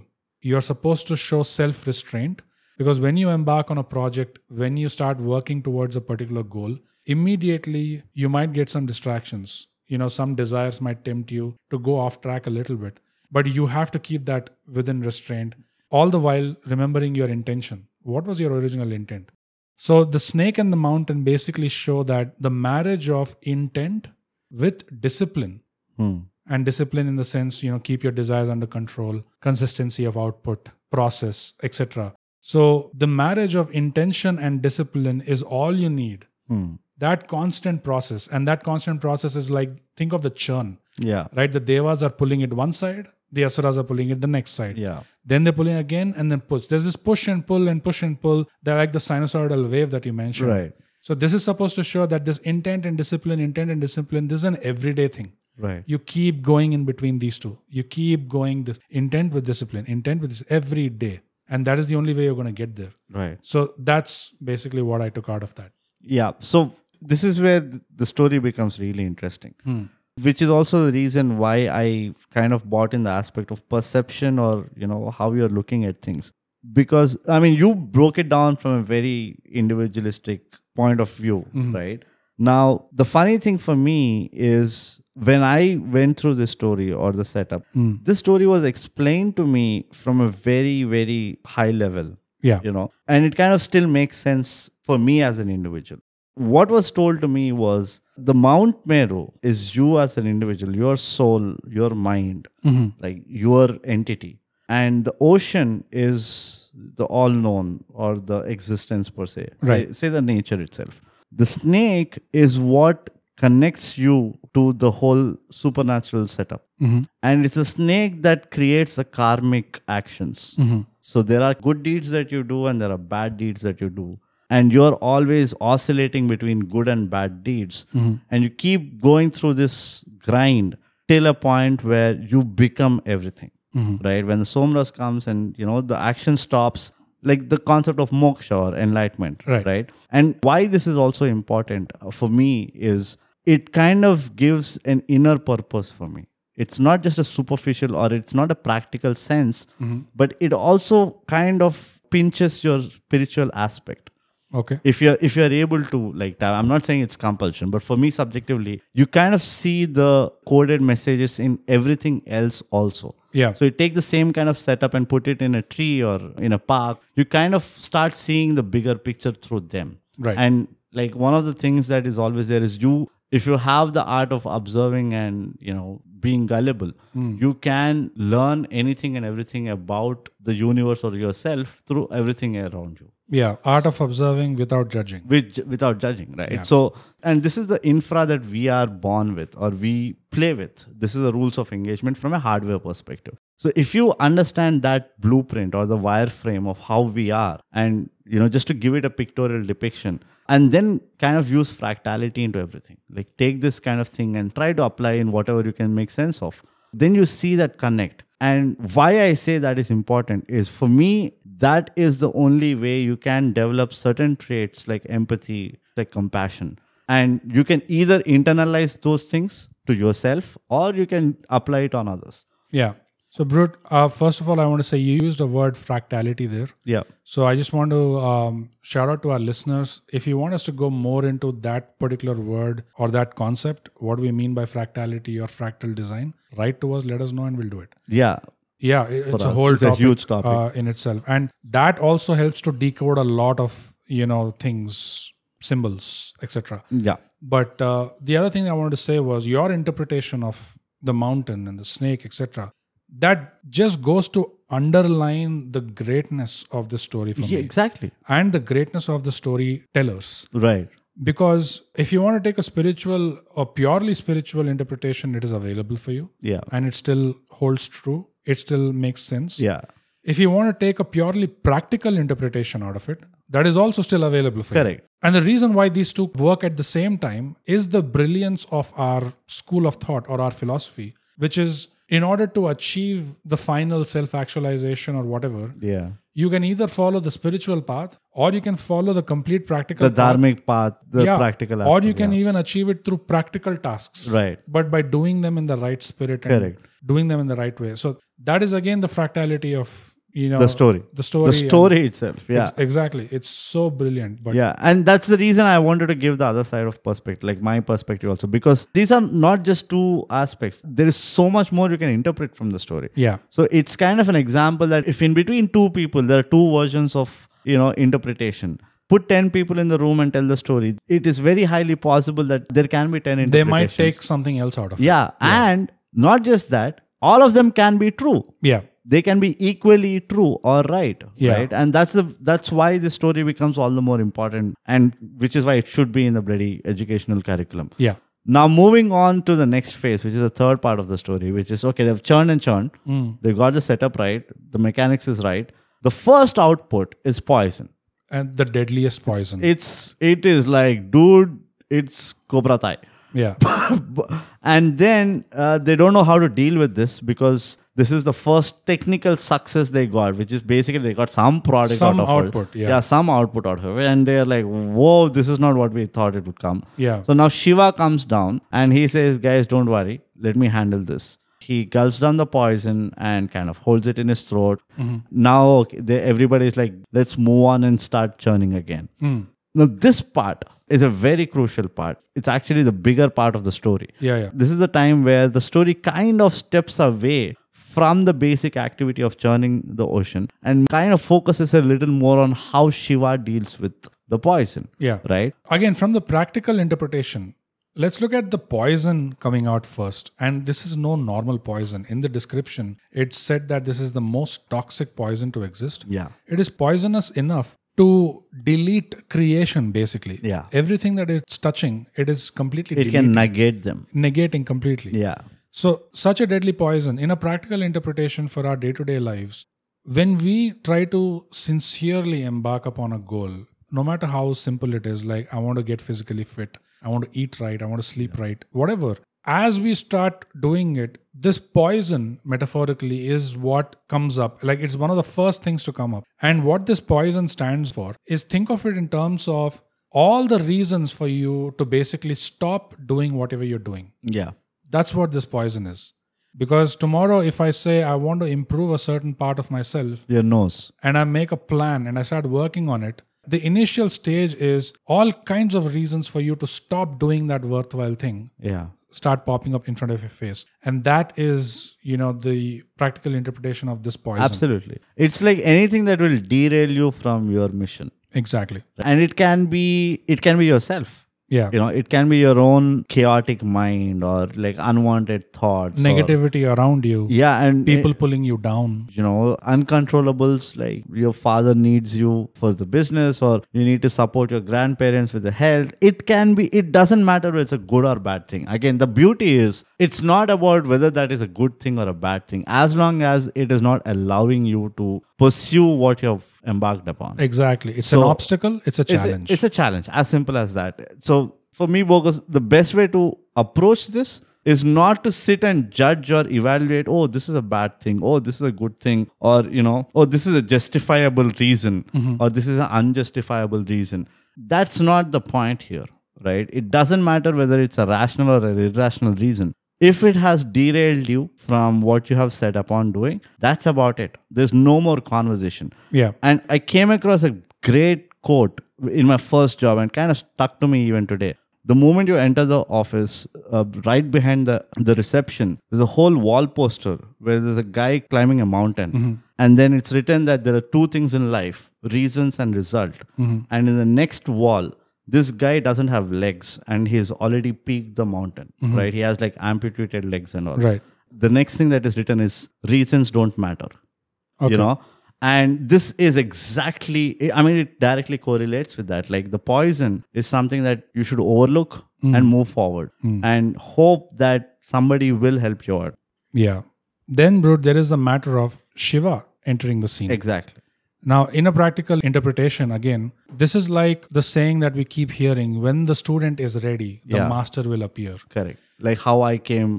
Speaker 2: You're supposed to show self restraint because when you embark on a project, when you start working towards a particular goal, immediately you might get some distractions. You know, some desires might tempt you to go off track a little bit but you have to keep that within restraint all the while remembering your intention what was your original intent so the snake and the mountain basically show that the marriage of intent with discipline
Speaker 1: hmm.
Speaker 2: and discipline in the sense you know keep your desires under control consistency of output process etc so the marriage of intention and discipline is all you need
Speaker 1: Hmm.
Speaker 2: that constant process and that constant process is like think of the churn
Speaker 1: yeah,
Speaker 2: right? The devas are pulling it one side, the asuras are pulling it the next side.
Speaker 1: yeah,
Speaker 2: Then they're pulling again and then push. There's this push and pull and push and pull. They're like the sinusoidal wave that you mentioned.
Speaker 1: right,
Speaker 2: So this is supposed to show that this intent and discipline, intent and discipline, this is an everyday thing.
Speaker 1: right,
Speaker 2: You keep going in between these two. You keep going this intent with discipline, intent with this every day. And that is the only way you're going to get there.
Speaker 1: right.
Speaker 2: So that's basically what I took out of that.
Speaker 1: Yeah. So this is where th- the story becomes really interesting, which is also the reason why I kind of bought in the aspect of perception or, you know, how you're looking at things. Because, I mean, you broke it down from a very individualistic point of view, right? Now, the funny thing for me is when I went through this story or the setup, this story was explained to me from a very, very high level
Speaker 2: Yeah.
Speaker 1: you know and it kind of still makes sense for me as an individual what was told to me was the mount meru is you as an individual your soul your mind
Speaker 2: Mm-hmm.
Speaker 1: like your entity and the ocean is the all known or the existence per se
Speaker 2: Right.
Speaker 1: say, say the nature itself the snake is what connects you to the whole supernatural setup and it's a snake that creates the karmic actions so there are good deeds that you do and there are bad deeds that you do. And you're always oscillating between good and bad deeds. And you keep going through this grind till a point where you become everything. Right? When the somras comes and you know the action stops, like the concept of moksha or enlightenment.
Speaker 2: Right.
Speaker 1: Right. And why this is also important uh, for me is it kind of gives an inner purpose for me it's not just a superficial or it's not a practical sense but it also kind of pinches your spiritual aspect
Speaker 2: Okay.
Speaker 1: if you're if you're able to like that i'm not saying it's compulsion but for me subjectively you kind of see the coded messages in everything else also
Speaker 2: Yeah.
Speaker 1: so you take the same kind of setup and put it in a tree or in a park you kind of start seeing the bigger picture through them
Speaker 2: Right.
Speaker 1: and like one of the things that is always there is you if you have the art of observing and you know being gullible
Speaker 2: Hmm.
Speaker 1: you can learn anything and everything about the universe or yourself through everything around you
Speaker 2: yeah art of observing without judging
Speaker 1: with, without judging, right?
Speaker 2: Yeah.
Speaker 1: So, and this is the infra that we are born with or we play with. This is the rules of engagement from a hardware perspective. So, if you understand that blueprint or the wireframe of how we are, and you know, just to give it a pictorial depiction, and then kind of use fractality into everything, like take this kind of thing and try to apply in whatever you can make sense of, then you see that connect. And why I say that is important is for me, that is the only way you can develop certain traits like empathy, like compassion. And you can either internalize those things to yourself or you can apply it on others.
Speaker 2: yeah so brute uh, first of all i want to say you used the word fractality there
Speaker 1: Yeah.
Speaker 2: So I just want to um, shout out to our listeners. If you want us to go more into that particular word or that concept, what we mean by fractality or fractal design, write to us, let us know, and we'll do it.
Speaker 1: Yeah.
Speaker 2: Yeah, i- it's a
Speaker 1: us,
Speaker 2: whole
Speaker 1: it's a
Speaker 2: topic,
Speaker 1: huge topic.
Speaker 2: uh, in itself, and that also helps to decode a lot of you know things, symbols, etc.
Speaker 1: Yeah.
Speaker 2: But uh, the other thing I wanted to say was your interpretation of the mountain and the snake, etc. That just goes to underline the greatness of the story for
Speaker 1: yeah
Speaker 2: me
Speaker 1: exactly.
Speaker 2: and the greatness of the storytellers.
Speaker 1: Right.
Speaker 2: Because if you want to take a spiritual or purely spiritual interpretation, it is available for you
Speaker 1: Yeah.
Speaker 2: and it still holds true. It still makes sense.
Speaker 1: Yeah.
Speaker 2: If you want to take a purely practical interpretation out of it, that is also still available for you.
Speaker 1: Correct.
Speaker 2: And the reason why these two work at the same time is the brilliance of our school of thought or our philosophy, which is in order to achieve the final self actualization or whatever,
Speaker 1: Yeah.
Speaker 2: you can either follow the spiritual path or you can follow the complete practical
Speaker 1: The dharmic path, the
Speaker 2: path. Yeah.
Speaker 1: practical
Speaker 2: or
Speaker 1: aspect.
Speaker 2: you can even achieve it through practical tasks
Speaker 1: Right.
Speaker 2: but by doing them in the right spirit and
Speaker 1: Correct.
Speaker 2: doing them in the right way so that is again the fractality of you know
Speaker 1: The story.
Speaker 2: the
Speaker 1: The
Speaker 2: story
Speaker 1: story itself.
Speaker 2: and-
Speaker 1: Yeah.
Speaker 2: ex- exactly it's so brilliant but
Speaker 1: yeah and that's the reason i wanted to give the other side of perspective like my perspective also because these are not just two aspects there is so much more you can interpret from the story
Speaker 2: yeah
Speaker 1: so it's kind of an example that if in between two people there are two versions of you know interpretation put 10 people in the room and tell the story it is very highly possible that there can be 10 interpretations
Speaker 2: they might take something else out of it
Speaker 1: yeah, and not just that all of them can be true
Speaker 2: yeah
Speaker 1: they can be equally true or right
Speaker 2: Yeah.
Speaker 1: right and that's the that's why the story becomes all the more important and which is why it should be in the bloody educational curriculum
Speaker 2: yeah
Speaker 1: now moving on to the next phase which is the third part of the story which is okay they've churned and churned
Speaker 2: Mm.
Speaker 1: they've got the setup right the mechanics is right the first output is poison
Speaker 2: and the deadliest poison
Speaker 1: it's it is like dude it's cobra thai
Speaker 2: yeah
Speaker 1: and then uh, they don't know how to deal with this because this is the first technical success they got, which is basically they got some product
Speaker 2: Some
Speaker 1: out of
Speaker 2: output,
Speaker 1: it.
Speaker 2: yeah.
Speaker 1: some output out of it, and they're like, "Whoa, this is not what we thought it would come."
Speaker 2: yeah
Speaker 1: So now Shiva comes down and he says, Guys, don't worry. Let me handle this. He gulps down the poison and kind of holds it in his throat.
Speaker 2: Mm-hmm.
Speaker 1: Now okay, they, everybody's like, Let's move on and start churning again.
Speaker 2: Hmm.
Speaker 1: Now, this part is a very crucial part. It's actually the bigger part of the story.
Speaker 2: yeah yeah
Speaker 1: This is the time where the story kind of steps away from the basic activity of churning the ocean and kind of focuses a little more on how Shiva deals with the poison,
Speaker 2: yeah
Speaker 1: right?
Speaker 2: again from the practical interpretation let's look at the poison coming out first and this is no normal poison in the description it's said that this is the most toxic poison to exist
Speaker 1: Yeah.
Speaker 2: it is poisonous enough to delete creation basically
Speaker 1: Yeah.
Speaker 2: everything that it's touching it is completely
Speaker 1: it can negate them.
Speaker 2: dele- negating completely
Speaker 1: Yeah.
Speaker 2: so, such a deadly poison, in a practical interpretation for our day to day lives, when we try to sincerely embark upon a goal, no matter how simple it is, like I want to get physically fit, I want to eat right, I want to sleep right, whatever, as we start doing it, this poison, metaphorically, is what comes up. Like it's one of the first things to come up. And what this poison stands for is think of it in terms of all the reasons for you to basically stop doing whatever you're doing.
Speaker 1: Yeah.
Speaker 2: That's what this poison is. Because tomorrow, if I say I want to improve a certain part of myself
Speaker 1: Your nose.
Speaker 2: and I make a plan and I start working on it, the initial stage is all kinds of reasons for you to stop doing that worthwhile thing
Speaker 1: Yeah.
Speaker 2: start popping up in front of your face. And that is, you know, the practical interpretation of this poison.
Speaker 1: Absolutely. It's like anything that will derail you from your mission.
Speaker 2: Exactly.
Speaker 1: And it can be it can be yourself.
Speaker 2: yeah
Speaker 1: You know, it can be your own chaotic mind or like unwanted thoughts. or-
Speaker 2: negativity around you
Speaker 1: yeah, and
Speaker 2: people pulling you down
Speaker 1: you know uncontrollables like your father needs you for the business or you need to support your grandparents with the health it can be it doesn't matter whether it's a good or bad thing again the beauty is it's not about whether that is a good thing or a bad thing as long as it is not allowing you to pursue what you have embarked upon
Speaker 2: exactly it's an
Speaker 1: So-
Speaker 2: obstacle it's a
Speaker 1: It's a-
Speaker 2: challenge
Speaker 1: It's a challenge, as simple as that. So for me, Bogus, the best way to approach this is not to sit and judge or evaluate, oh, this is a bad thing, oh, this is a good thing, or, you know, oh, this is a justifiable reason,
Speaker 2: Mm-hmm.
Speaker 1: or this is an unjustifiable reason. That's not the point here, right? It doesn't matter whether it's a rational or an irrational reason. If it has derailed you from what you have set upon doing, that's about it. There's no more conversation.
Speaker 2: yeah
Speaker 1: And I came across a great quote in my first job and kind of stuck to me even today. The moment you enter the office, uh, right behind the, the reception, there's a whole wall poster where there's a guy climbing a mountain. And then it's written that there are two things in life reasons and result. And in the next wall, this guy doesn't have legs and he's already peaked the mountain, right? He has like amputated legs and all.
Speaker 2: right
Speaker 1: The next thing that is written is reasons don't matter
Speaker 2: okay
Speaker 1: you know and this is exactly i mean it directly correlates with that like the poison is something that you should overlook
Speaker 2: Hmm.
Speaker 1: and move forward and hope that somebody will help you out
Speaker 2: yeah then bro there is the matter of shiva entering the scene
Speaker 1: exactly
Speaker 2: Now, in a practical interpretation, again, this is like the saying that we keep hearing when the student is ready, the
Speaker 1: Yeah.
Speaker 2: master will appear
Speaker 1: correct like how i came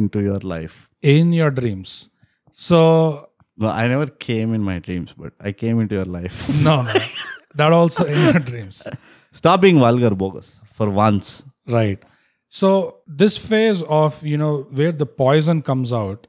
Speaker 1: into your life
Speaker 2: in your dreams. So,
Speaker 1: no i never came in my dreams but i came into your life
Speaker 2: no, no, that also in your dreams.
Speaker 1: stop being vulgar bogus for once
Speaker 2: Right. So, this phase of, you know, where the poison comes out,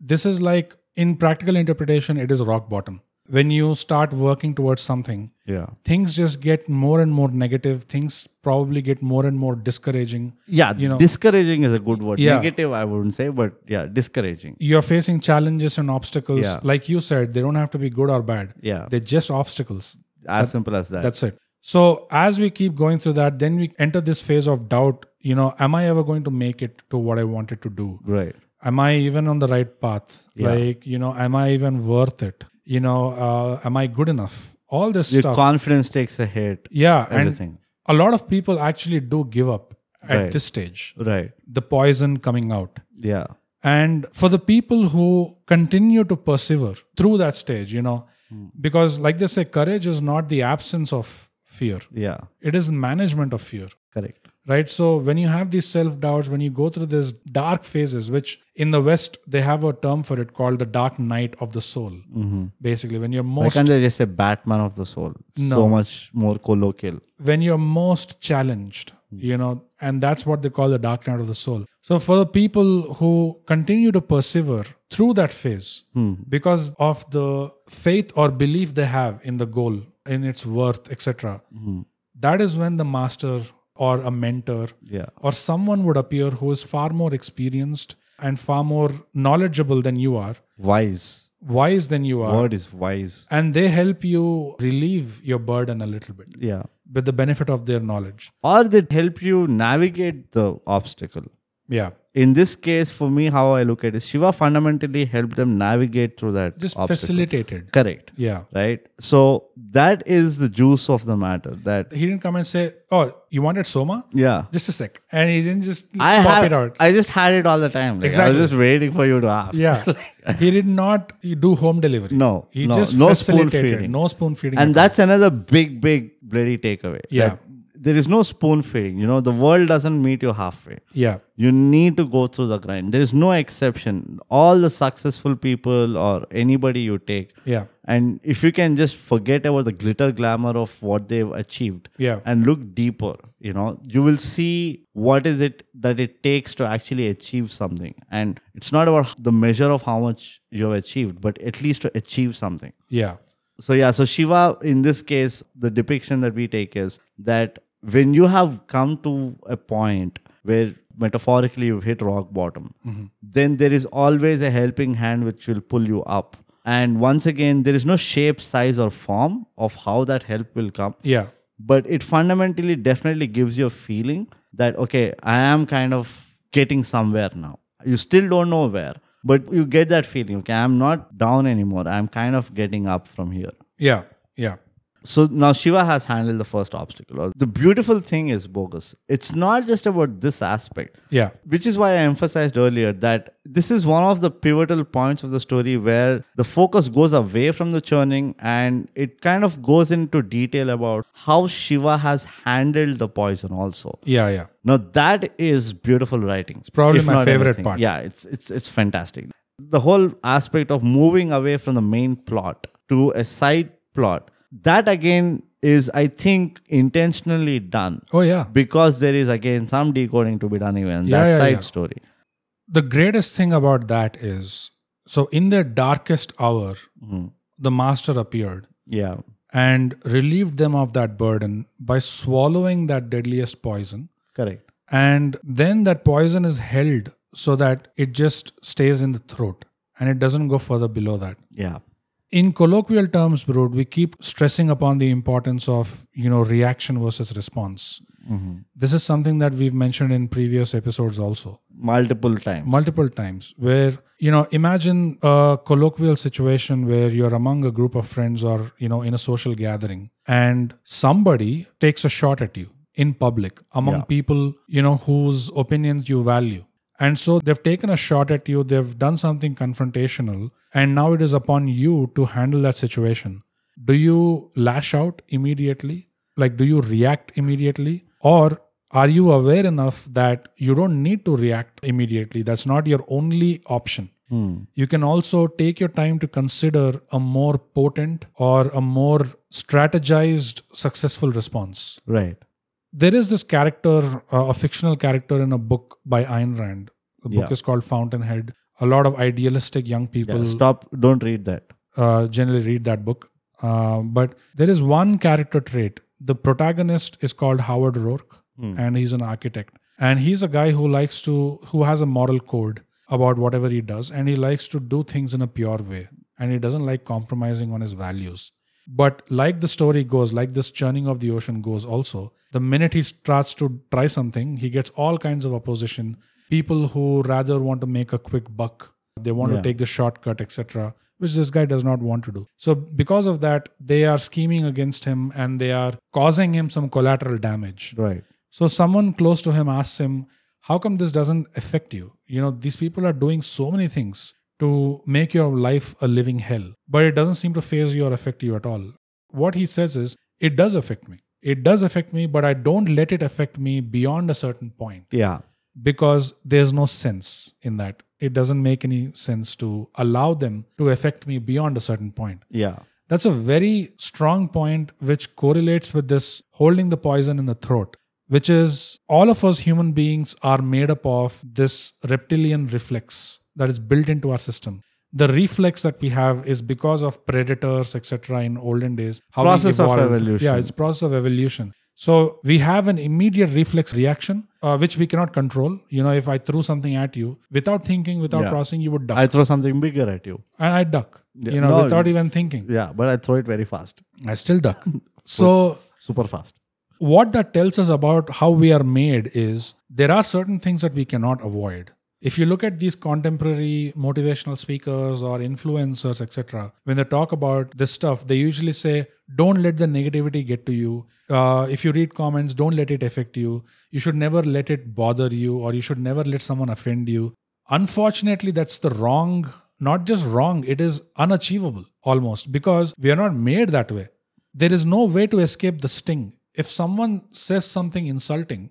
Speaker 2: this is like in practical interpretation, it is rock bottom. When you start working towards something,
Speaker 1: yeah
Speaker 2: things just get more and more negative, things probably get more and more discouraging.
Speaker 1: yeah
Speaker 2: You know-
Speaker 1: discouraging is a good word
Speaker 2: Yeah.
Speaker 1: negative i wouldn't say but yeah discouraging
Speaker 2: you're facing challenges and obstacles
Speaker 1: Yeah.
Speaker 2: like you said they don't have to be good or bad
Speaker 1: yeah
Speaker 2: they're just obstacles
Speaker 1: as simple as that
Speaker 2: that's it so as we keep going through that then we enter this phase of doubt you know am i ever going to make it to what i wanted to do
Speaker 1: right
Speaker 2: am i even on the right path like you know am i even worth it you know uh, am i good enough all this
Speaker 1: your
Speaker 2: stuff
Speaker 1: confidence takes a hit
Speaker 2: yeah and
Speaker 1: everything
Speaker 2: a lot of people actually do give up at
Speaker 1: Right.
Speaker 2: this stage
Speaker 1: right
Speaker 2: the poison coming out
Speaker 1: yeah
Speaker 2: and for the people who continue to persevere through that stage you know because like they say courage is not the absence of fear
Speaker 1: yeah
Speaker 2: it is management of fear
Speaker 1: correct
Speaker 2: right so when you have these self doubts when you go through these dark phases which in the west they have a term for it called the dark night of the soul basically when you're
Speaker 1: why
Speaker 2: most
Speaker 1: can't they just say batman of the soul so much more colloquial
Speaker 2: when you're most challenged you know and that's what they call the dark night of the soul so for the people who continue to persevere through that phase because of the faith or belief they have in the goal in its worth etc that is when the master or a mentor
Speaker 1: yeah
Speaker 2: or someone would appear who is far more experienced and far more knowledgeable than you are
Speaker 1: wise
Speaker 2: wise than you are
Speaker 1: word is wise
Speaker 2: and they help you relieve your burden a little bit
Speaker 1: yeah
Speaker 2: with the benefit of their knowledge
Speaker 1: or they help you navigate the obstacle
Speaker 2: yeah
Speaker 1: in this case for me how i look at it shiva fundamentally helped them navigate through that
Speaker 2: just
Speaker 1: obstacle.
Speaker 2: facilitated
Speaker 1: correct
Speaker 2: yeah
Speaker 1: right so that is the juice of the matter that
Speaker 2: he didn't come and say oh you wanted soma
Speaker 1: yeah
Speaker 2: just a sec and he didn't just
Speaker 1: I
Speaker 2: pop
Speaker 1: have,
Speaker 2: it out
Speaker 1: I just had it all the time. Like, I
Speaker 2: Exactly.
Speaker 1: was just waiting for you to ask.
Speaker 2: yeah he did not do home delivery
Speaker 1: No,
Speaker 2: he
Speaker 1: no,
Speaker 2: just
Speaker 1: no spoon
Speaker 2: facilitated
Speaker 1: feeding.
Speaker 2: no spoon feeding
Speaker 1: and
Speaker 2: at all.
Speaker 1: that's another big big bloody takeaway
Speaker 2: Yeah.
Speaker 1: that there is no spoon feeding you know the world doesn't meet you halfway
Speaker 2: yeah
Speaker 1: you need to go through the grind there is no exception all the successful people or anybody you take
Speaker 2: yeah
Speaker 1: and if you can just forget about the glitter glamour of what they've achieved
Speaker 2: Yeah.
Speaker 1: and look deeper you know you will see what is it that it takes to actually achieve something and it's not about the measure of how much you have achieved but at least to achieve something
Speaker 2: yeah
Speaker 1: so yeah, so Shiva in this case, the depiction that we take is that when you have come to a point where metaphorically you've hit rock bottom, then there is always a helping hand which will pull you up. And once again, there is no shape, size, or form of how that help will come.
Speaker 2: yeah
Speaker 1: but it fundamentally definitely gives you a feeling that okay i am kind of getting somewhere now you still don't know where but you get that feeling okay i'm not down anymore i'm kind of getting up from here
Speaker 2: Yeah. Yeah.
Speaker 1: so now Shiva has handled the first obstacle. The beautiful thing is bogus. It's not just about this aspect,
Speaker 2: Yeah.
Speaker 1: which is why I emphasized earlier that this is one of the pivotal points of the story where the focus goes away from the churning and it kind of goes into detail about how Shiva has handled the poison also.
Speaker 2: Yeah. Yeah.
Speaker 1: Now that is beautiful writing. It's
Speaker 2: probably my favorite part.
Speaker 1: Yeah, it's it's it's fantastic. The whole aspect of moving away from the main plot to a side plot, that again is I think intentionally done
Speaker 2: Oh, yeah.
Speaker 1: because there is again some decoding to be done even in
Speaker 2: Yeah,
Speaker 1: that
Speaker 2: yeah,
Speaker 1: side
Speaker 2: yeah.
Speaker 1: story.
Speaker 2: The greatest thing about that is so, in their darkest hour,
Speaker 1: Mhm.
Speaker 2: the master appeared
Speaker 1: Yeah.
Speaker 2: and relieved them of that burden by swallowing that deadliest poison.
Speaker 1: Correct.
Speaker 2: And then that poison is held so that it just stays in the throat and it doesn't go further below that.
Speaker 1: Yeah.
Speaker 2: In colloquial terms, Brood, we keep stressing upon the importance of, you know, reaction versus response. This is something that we've mentioned in previous episodes also
Speaker 1: Multiple times.
Speaker 2: multiple times where you know imagine a colloquial situation where you're among a group of friends or you know in a social gathering and somebody takes a shot at you in public among people you know whose opinions you value and so they've taken a shot at you they've done something confrontational and now it is upon you to handle that situation do you lash out immediately like do you react immediately or are you aware enough that you don't need to react immediately that's not your only option
Speaker 1: Hmm.
Speaker 2: you can also take your time to consider a more potent or a more strategized successful response
Speaker 1: Right.
Speaker 2: there is this character, uh, a fictional character in a book by Ayn Rand. The book
Speaker 1: Yeah.
Speaker 2: is called Fountainhead. A lot of idealistic young
Speaker 1: Yeah.
Speaker 2: people
Speaker 1: Stop. Don't read that.
Speaker 2: uh, generally read that book. Uh, but there is one character trait. The protagonist is called Howard Rourke, and he's an architect. And he's a guy who likes to, who has a moral code about whatever he does, and he likes to do things in a pure way, and he doesn't like compromising on his values. But like the story goes, like this churning of the ocean goes, also, the minute he starts to try something, he gets all kinds of opposition. People who rather want to make a quick buck, they want
Speaker 1: Yeah.
Speaker 2: to take the shortcut, etc., which this guy does not want to do. So, because of that, they are scheming against him and they are causing him some collateral damage.
Speaker 1: Right.
Speaker 2: So someone close to him asks him, How come this doesn't affect you? You know, these people are doing so many things to make your life a living hell, but it doesn't seem to phase you or affect you at all. What he says is, It does affect me. It does affect me, but I don't let it affect me beyond a certain point
Speaker 1: Yeah.
Speaker 2: because there's no sense in that. It doesn't make any sense to allow them to affect me beyond a certain point.
Speaker 1: Yeah.
Speaker 2: That's a very strong point which correlates with this holding the poison in the throat, which is all of us human beings are made up of this reptilian reflex that is built into our system. The reflex that we have is because of predators, etc. in olden days. How we
Speaker 1: Process of
Speaker 2: evolved.
Speaker 1: evolution.
Speaker 2: Yeah, it's process of evolution. So we have an immediate reflex reaction, uh, which we cannot control. You know, if I threw something at you without thinking, without
Speaker 1: Yeah.
Speaker 2: crossing, you would duck,
Speaker 1: I throw something bigger at you.
Speaker 2: and I duck.
Speaker 1: Yeah,
Speaker 2: You know,
Speaker 1: no,
Speaker 2: without even thinking.
Speaker 1: Yeah. But I throw it very fast.
Speaker 2: I still duck. So
Speaker 1: Super fast.
Speaker 2: what that tells us about how we are made is there are certain things that we cannot avoid. If you look at these contemporary motivational speakers or influencers, etc., when they talk about this stuff, they usually say, "Don't let the negativity get to you." Uh, if you read comments, don't let it affect you. You should never let it bother you, or you should never let someone offend you. Unfortunately, that's the wrong. Not just wrong; it is unachievable almost because we are not made that way there is no way to escape the sting. If someone says something insulting,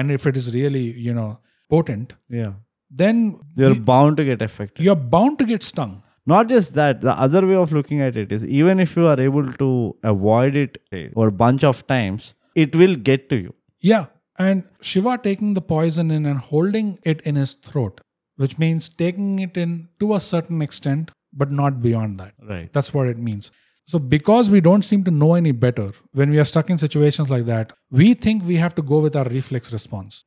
Speaker 2: and if it is really, you know, potent,
Speaker 1: Yeah.
Speaker 2: then
Speaker 1: You're
Speaker 2: you-
Speaker 1: bound to get affected.
Speaker 2: you're bound to get stung.
Speaker 1: not just that the other way of looking at it is even if you are able to avoid it or a bunch of times it will get to you
Speaker 2: Yeah. And Shiva taking the poison in and holding it in his throat, which means taking it in to a certain extent, but not beyond that.
Speaker 1: right
Speaker 2: That's what it means. So, because we don't seem to know any better when we are stuck in situations like that, we think we have to go with our reflex response.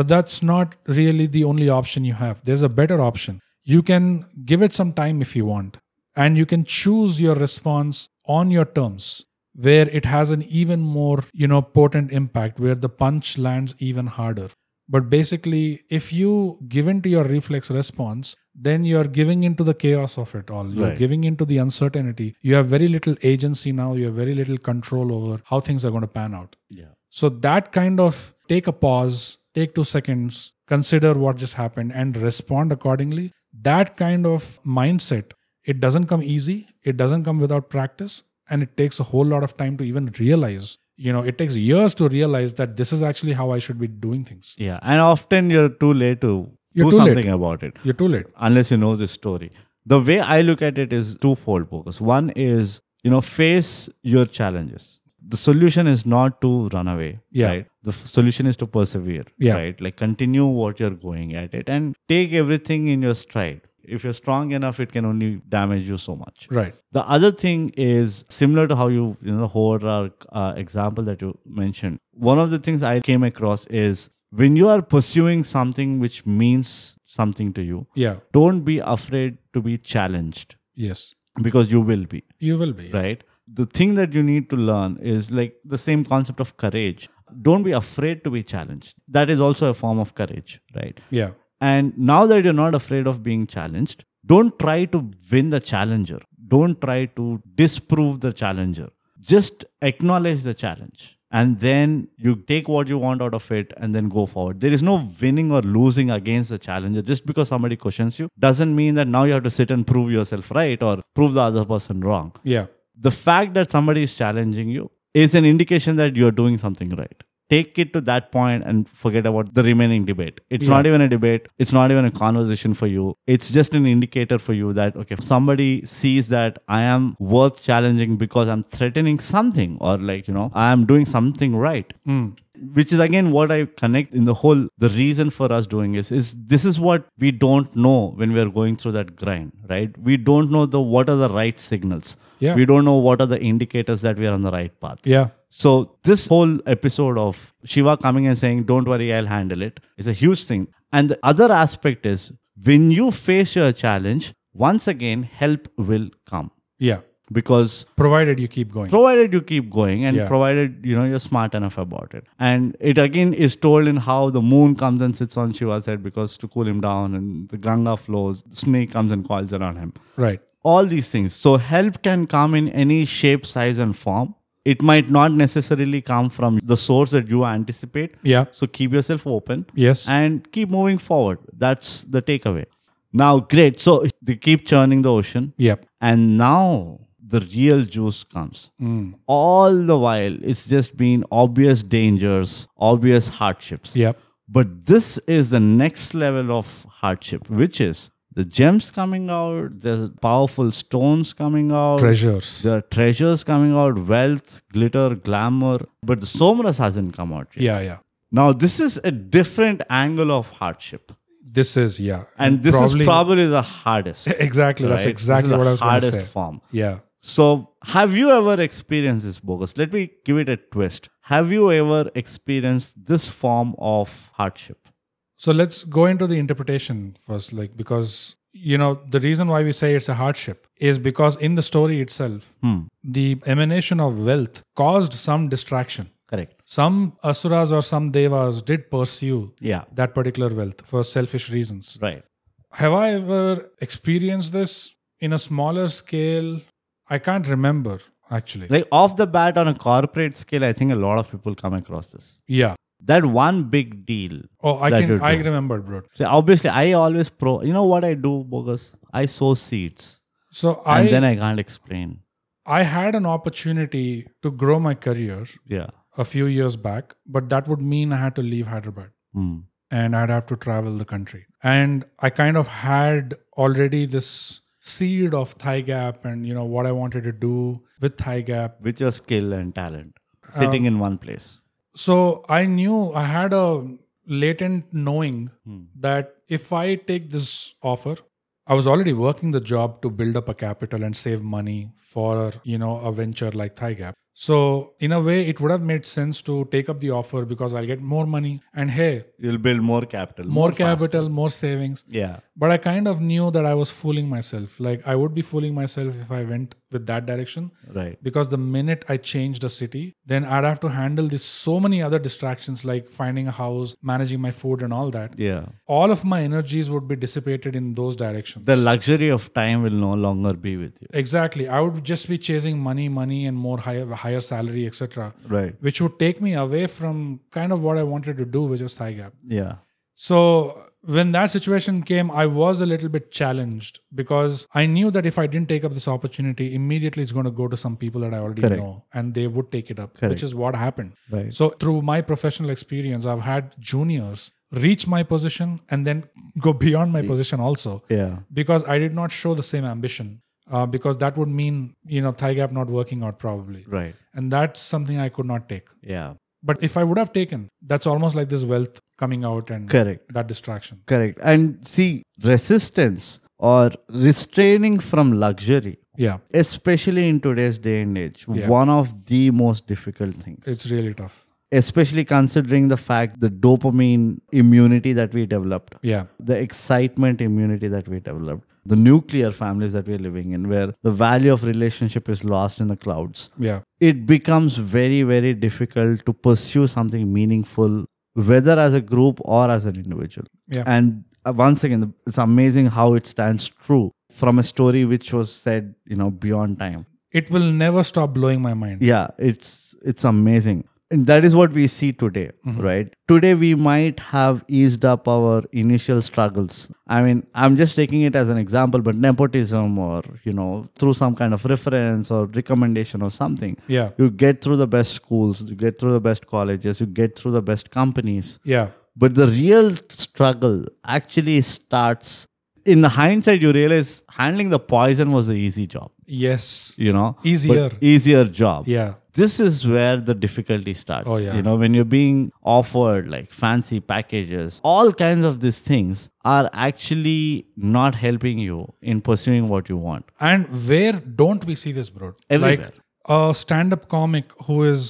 Speaker 2: But that's not really the only option you have. There's a better option. You can give it some time if you want, and you can choose your response on your terms. where it has an even more you know potent impact where the punch lands even harder but basically if you give in to your reflex response then you're giving into the chaos of it all you're
Speaker 1: Right.
Speaker 2: giving into the uncertainty you have very little agency now you have very little control over how things are going to pan out
Speaker 1: Yeah.
Speaker 2: so that kind of take a pause, take two seconds, consider what just happened and respond accordingly. That kind of mindset, it doesn't come easy, it doesn't come without practice, and it takes a whole lot of time to even realize. You know, it takes years to realize that this is actually how I should be doing things.
Speaker 1: Yeah. And often you're too late to
Speaker 2: You're
Speaker 1: do
Speaker 2: too late.
Speaker 1: something about it.
Speaker 2: You're too late.
Speaker 1: unless you know the story. The way I look at it is twofold, focus. One is, you know, face your challenges. The solution is not to run away.
Speaker 2: Yeah.
Speaker 1: Right? The f- solution is to persevere.
Speaker 2: Yeah.
Speaker 1: Right. Like continue what you're going at it and take everything in your stride. If you're strong enough, it can only damage you so much.
Speaker 2: Right.
Speaker 1: The other thing is similar to how you, you know, the horror uh, example that you mentioned. One of the things I came across is when you are pursuing something which means something to you,
Speaker 2: Yeah.
Speaker 1: don't be afraid to be challenged
Speaker 2: Yes.
Speaker 1: because you will be
Speaker 2: You will be.
Speaker 1: right the thing that you need to learn is like the same concept of courage don't be afraid to be challenged that is also a form of courage right
Speaker 2: Yeah.
Speaker 1: and now that you're not afraid of being challenged don't try to win the challenger don't try to disprove the challenger just acknowledge the challenge and then you take what you want out of it and then go forward there is no winning or losing against the challenger just because somebody questions you doesn't mean that now you have to sit and prove yourself right or prove the other person wrong
Speaker 2: Yeah.
Speaker 1: the fact that somebody is challenging you is an indication that you're doing something right. Take it to that point and forget about the remaining debate. It's
Speaker 2: Yeah.
Speaker 1: not even a debate. It's not even a conversation for you. It's just an indicator for you that, okay, somebody sees that I am worth challenging because I'm threatening something or like, you know, I am doing something right
Speaker 2: Mm.
Speaker 1: which is again what i connect in the whole the reason for us doing is is this is what we don't know when we are going through that grind right we don't know the what are the right signals
Speaker 2: Yeah.
Speaker 1: we don't know what are the indicators that we are on the right path
Speaker 2: Yeah.
Speaker 1: so this whole episode of shiva coming and saying don't worry i'll handle it is a huge thing and the other aspect is when you face your challenge once again help will come
Speaker 2: Yeah.
Speaker 1: because
Speaker 2: Provided you keep going.
Speaker 1: provided you keep going and
Speaker 2: Yeah.
Speaker 1: provided you know you're smart enough about it and it again is told in how the moon comes and sits on shiva's head because to cool him down and the ganga flows snake comes and coils around him
Speaker 2: right.
Speaker 1: all these things so help can come in any shape size and form it might not necessarily come from the source that you anticipate
Speaker 2: Yeah.
Speaker 1: so keep yourself open
Speaker 2: Yes.
Speaker 1: and keep moving forward that's the takeaway now great so they keep churning the ocean
Speaker 2: yep.
Speaker 1: and now the real juice comes.
Speaker 2: Hmm.
Speaker 1: All the while, it's just been obvious dangers, obvious hardships.
Speaker 2: Yep.
Speaker 1: But this is the next level of hardship, which is the gems coming out, the powerful stones coming out,
Speaker 2: Treasures.
Speaker 1: there are treasures coming out, wealth, glitter, glamour. But the somras hasn't come out yet.
Speaker 2: Yeah. Yeah.
Speaker 1: Now, this is a different angle of hardship.
Speaker 2: This is yeah,
Speaker 1: And this is probably the hardest.
Speaker 2: exactly that's
Speaker 1: right?
Speaker 2: exactly
Speaker 1: This is
Speaker 2: what
Speaker 1: the
Speaker 2: I was going to
Speaker 1: hardest
Speaker 2: say.
Speaker 1: form.
Speaker 2: Yeah,
Speaker 1: So, have you ever experienced this bogus? Let me give it a twist. Have you ever experienced this form of hardship?
Speaker 2: so let's go into the interpretation first, like because you know the reason why we say it's a hardship is because in the story itself,
Speaker 1: Hmm.
Speaker 2: the emanation of wealth caused some distraction.
Speaker 1: Correct.
Speaker 2: Some asuras or some devas did pursue
Speaker 1: Yeah.
Speaker 2: that particular wealth for selfish reasons.
Speaker 1: Right.
Speaker 2: Have I ever experienced this in a smaller scale? I can't remember actually.
Speaker 1: Like off the bat on a corporate scale, I think a lot of people come across this.
Speaker 2: yeah.
Speaker 1: That one big deal.
Speaker 2: Oh, I
Speaker 1: That
Speaker 2: can.
Speaker 1: would
Speaker 2: I
Speaker 1: do.
Speaker 2: remember, bro.
Speaker 1: So obviously, I always pro. You know what I do, bogus? I sow seeds,
Speaker 2: So
Speaker 1: and
Speaker 2: I
Speaker 1: then I can't explain.
Speaker 2: I had an opportunity to grow my career
Speaker 1: Yeah.
Speaker 2: a few years back, but that would mean I had to leave Hyderabad
Speaker 1: Mm.
Speaker 2: and I'd have to travel the country. And I kind of had already this seed of Thigh Gap and you know what I wanted to do with Thigh Gap.
Speaker 1: With your skill and talent, sitting in one place.
Speaker 2: So I knew I had a latent knowing that if I take this offer, I was already working the job to build up a capital and save money for you know a venture like Thigh Gap. So, in a way, it would have made sense to take up the offer because I'll get more money and hey,
Speaker 1: You'll build more capital.
Speaker 2: more
Speaker 1: faster.
Speaker 2: capital, more savings.
Speaker 1: Yeah.
Speaker 2: But I kind of knew that I was fooling myself. Like, I would be fooling myself if I went with that direction
Speaker 1: Right.
Speaker 2: because the minute I changed a city, then I'd have to handle this so many other distractions like finding a house, managing my food, and all that.
Speaker 1: Yeah.
Speaker 2: All of my energies would be dissipated in those directions.
Speaker 1: The luxury of time will no longer be with you.
Speaker 2: exactly, I would just be chasing money, money, and more higher, higher salary, etc.,
Speaker 1: Right.
Speaker 2: which would take me away from kind of what I wanted to do, which was thigh gap.
Speaker 1: Yeah.
Speaker 2: So when that situation came, I was a little bit challenged because I knew that if I didn't take up this opportunity, immediately it's going to go to some people that I already
Speaker 1: Correct.
Speaker 2: know and they would take it up,
Speaker 1: Correct.
Speaker 2: which is what happened.
Speaker 1: Right.
Speaker 2: So through my professional experience, I've had juniors reach my position and then go beyond my position also
Speaker 1: Yeah.
Speaker 2: because I did not show the same ambition. Uh, because that would mean you know thigh gap not working out probably
Speaker 1: Right.
Speaker 2: and that's something i could not take
Speaker 1: Yeah.
Speaker 2: but if i would have taken that's almost like this wealth coming out and
Speaker 1: Correct.
Speaker 2: that distraction
Speaker 1: Correct. And see, resistance or restraining from luxury,
Speaker 2: yeah
Speaker 1: especially in today's day and age,
Speaker 2: Yeah.
Speaker 1: one of the most difficult things.
Speaker 2: it's really tough
Speaker 1: especially considering the fact the dopamine immunity that we developed,
Speaker 2: yeah
Speaker 1: the excitement immunity that we developed, the nuclear families that we're living in, where the value of relationship is lost in the clouds.
Speaker 2: yeah
Speaker 1: It becomes very, very difficult to pursue something meaningful, whether as a group or as an individual.
Speaker 2: Yeah.
Speaker 1: And uh, once again, it's amazing how it stands true from a story which was said, you know, beyond time.
Speaker 2: it will never stop blowing my mind
Speaker 1: Yeah, it's it's amazing. And that is what we see today, right? Today we might have eased up our initial struggles. I mean, I'm just taking it as an example, but nepotism or, you know, through some kind of reference or recommendation or something.
Speaker 2: yeah
Speaker 1: You get through the best schools, you get through the best colleges, you get through the best companies.
Speaker 2: yeah
Speaker 1: But the real struggle actually starts in the hindsight you realize handling the poison was the easy job,
Speaker 2: yes
Speaker 1: you know? but
Speaker 2: Easier.
Speaker 1: easier job
Speaker 2: yeah
Speaker 1: this is where the difficulty starts
Speaker 2: Oh, yeah.
Speaker 1: you know when you're being offered like fancy packages all kinds of these things are actually not helping you in pursuing what you want
Speaker 2: and where don't we see this bro
Speaker 1: Everywhere.
Speaker 2: like a stand-up comic who is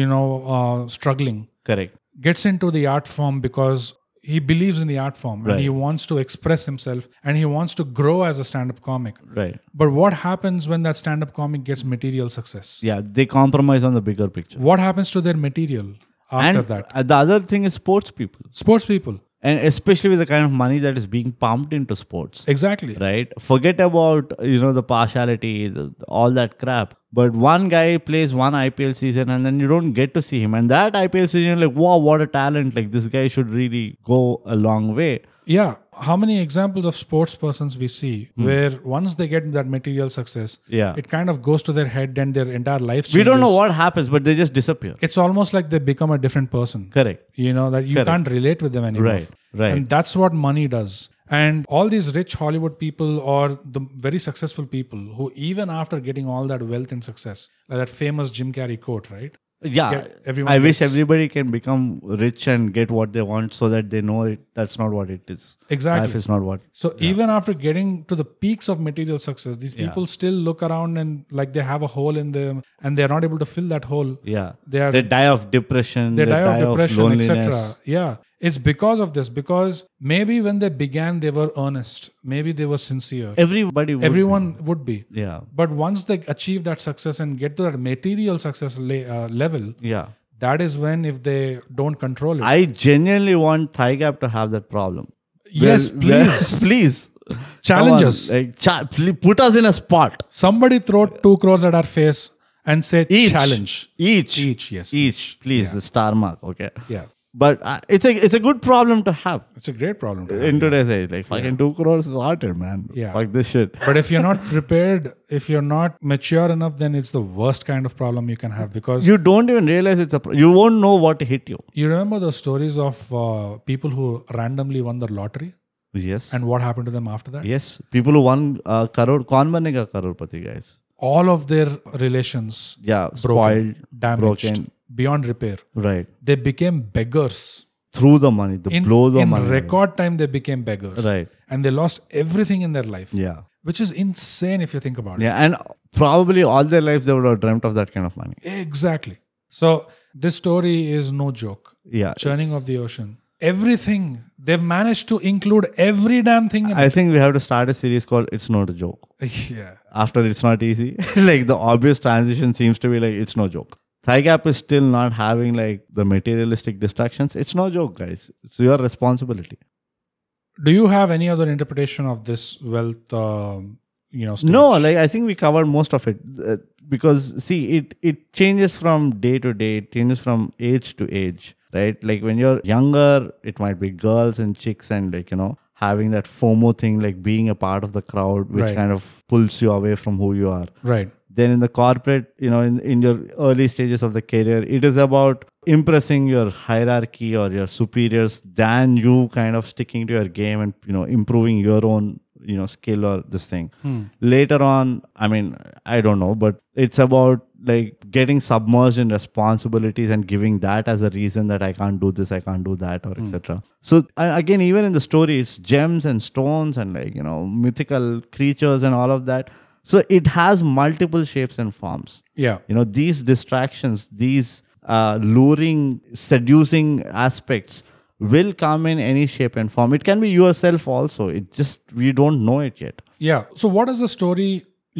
Speaker 2: you know uh, struggling
Speaker 1: correct
Speaker 2: gets into the art form because he believes in the art form
Speaker 1: Right.
Speaker 2: and he wants to express himself and he wants to grow as a stand-up comic
Speaker 1: right
Speaker 2: but what happens when that stand-up comic gets material success
Speaker 1: yeah they compromise on the bigger picture
Speaker 2: what happens to their material after
Speaker 1: and
Speaker 2: that
Speaker 1: uh, the other thing is sports people
Speaker 2: sports people
Speaker 1: and especially with the kind of money that is being pumped into sports
Speaker 2: exactly
Speaker 1: right forget about you know the partiality the, all that crap but one guy plays one ipl season and then you don't get to see him and that ipl season you're like wow what a talent like this guy should really go a long way
Speaker 2: Yeah. How many examples of sports persons we see where once they get that material success,
Speaker 1: Hmm. Yeah.
Speaker 2: it kind of goes to their head and their entire life.
Speaker 1: we don't know
Speaker 2: changes.
Speaker 1: what happens but they just disappear
Speaker 2: It's almost like they become a different person.
Speaker 1: correct
Speaker 2: You know, that you can't relate with them anymore.
Speaker 1: Right, right.
Speaker 2: And that's what money does. And all these rich Hollywood people or the very successful people who, even after getting all that wealth and success, like that famous Jim Carrey quote, right?
Speaker 1: yeah,
Speaker 2: Yeah, everyone
Speaker 1: i wish
Speaker 2: gets-
Speaker 1: everybody can become rich and get what they want so that they know it, that's not what it is
Speaker 2: Exactly.
Speaker 1: life is not what
Speaker 2: So even after getting to the peaks of material success, these people still look around and like they have a hole in them, and they are not able to fill that hole.
Speaker 1: yeah
Speaker 2: They are
Speaker 1: they die of depression
Speaker 2: they die of depression,
Speaker 1: loneliness
Speaker 2: etc. Yeah, it's because of this. Because maybe when they began, they were earnest. Maybe they were sincere.
Speaker 1: everybody would,
Speaker 2: Everyone would be.
Speaker 1: yeah
Speaker 2: But once they achieve that success and get to that material success la- uh, level,
Speaker 1: yeah
Speaker 2: that is when if they don't control it.
Speaker 1: I genuinely want Thigh Gap to have that problem.
Speaker 2: yes,
Speaker 1: Where- where-
Speaker 2: please
Speaker 1: please.
Speaker 2: challenge
Speaker 1: Come on,
Speaker 2: us.
Speaker 1: Like, cha- pl- put us in a spot.
Speaker 2: Somebody throw two crores at our face and say
Speaker 1: Each.
Speaker 2: challenge.
Speaker 1: Each.
Speaker 2: Each, yes.
Speaker 1: Each. Please, the star mark. Okay.
Speaker 2: Yeah.
Speaker 1: But uh, it's a it's a good problem to have
Speaker 2: It's a great problem. To have.
Speaker 1: in today's age. Like fucking two crores is sorted, man.
Speaker 2: Yeah.
Speaker 1: Fuck this shit.
Speaker 2: But if you're not prepared, if you're not mature enough, then it's the worst kind of problem you can have because you,
Speaker 1: You don't even realize it's a. Pro- you won't know what hit you.
Speaker 2: remember the stories of uh, people who randomly won the lottery
Speaker 1: Yes.
Speaker 2: and what happened to them after that?
Speaker 1: yes. People who won uh, crore, kaun banega crorepati guys.
Speaker 2: All of their relations
Speaker 1: Yeah.
Speaker 2: broken,
Speaker 1: Spoiled,
Speaker 2: damaged,
Speaker 1: broken.
Speaker 2: beyond repair.
Speaker 1: Right.
Speaker 2: They became beggars.
Speaker 1: Through the money, the
Speaker 2: In,
Speaker 1: blow the
Speaker 2: in
Speaker 1: money.
Speaker 2: record time, they became beggars.
Speaker 1: Right.
Speaker 2: And they lost everything in their life.
Speaker 1: yeah.
Speaker 2: which is insane if you think about
Speaker 1: Yeah, and probably all their lives they would have dreamt of that kind of money.
Speaker 2: it. Exactly. So this story is no joke.
Speaker 1: Yeah.
Speaker 2: Churning of the ocean. Everything they've managed to include every damn thing. In
Speaker 1: I think we have to start a series called It's Not a Joke.
Speaker 2: it. yeah.
Speaker 1: After It's Not Easy, like the obvious transition seems to be like It's No Joke. Thigh Gap is still not having like the materialistic distractions. It's no joke, guys. It's your responsibility.
Speaker 2: Do you have any other interpretation of this wealth? Um, you know. Stage?
Speaker 1: No, like I think we covered most of it uh, because see, it it changes from day to day, it changes from age to age, right? Like when you're younger, it might be girls and chicks and like you know having that FOMO thing, like being a part of the crowd, which
Speaker 2: Right.
Speaker 1: kind of pulls you away from who you are.
Speaker 2: right.
Speaker 1: Then in the corporate, you know, in, in your early stages of the career, it is about impressing your hierarchy or your superiors than you kind of sticking to your game and, you know, improving your own, you know, skill or this thing later on i mean i don't know but it's about like getting submerged in responsibilities and giving that as a reason that i can't do this i can't do that or etc so a- again even in the story it's gems and stones and like you know mythical creatures and all of that so it has multiple shapes and forms
Speaker 2: Yeah.
Speaker 1: you know these distractions these uh, luring seducing aspects will come in any shape and form it can be yourself also it just we don't know it yet
Speaker 2: Yeah. So, what does the story,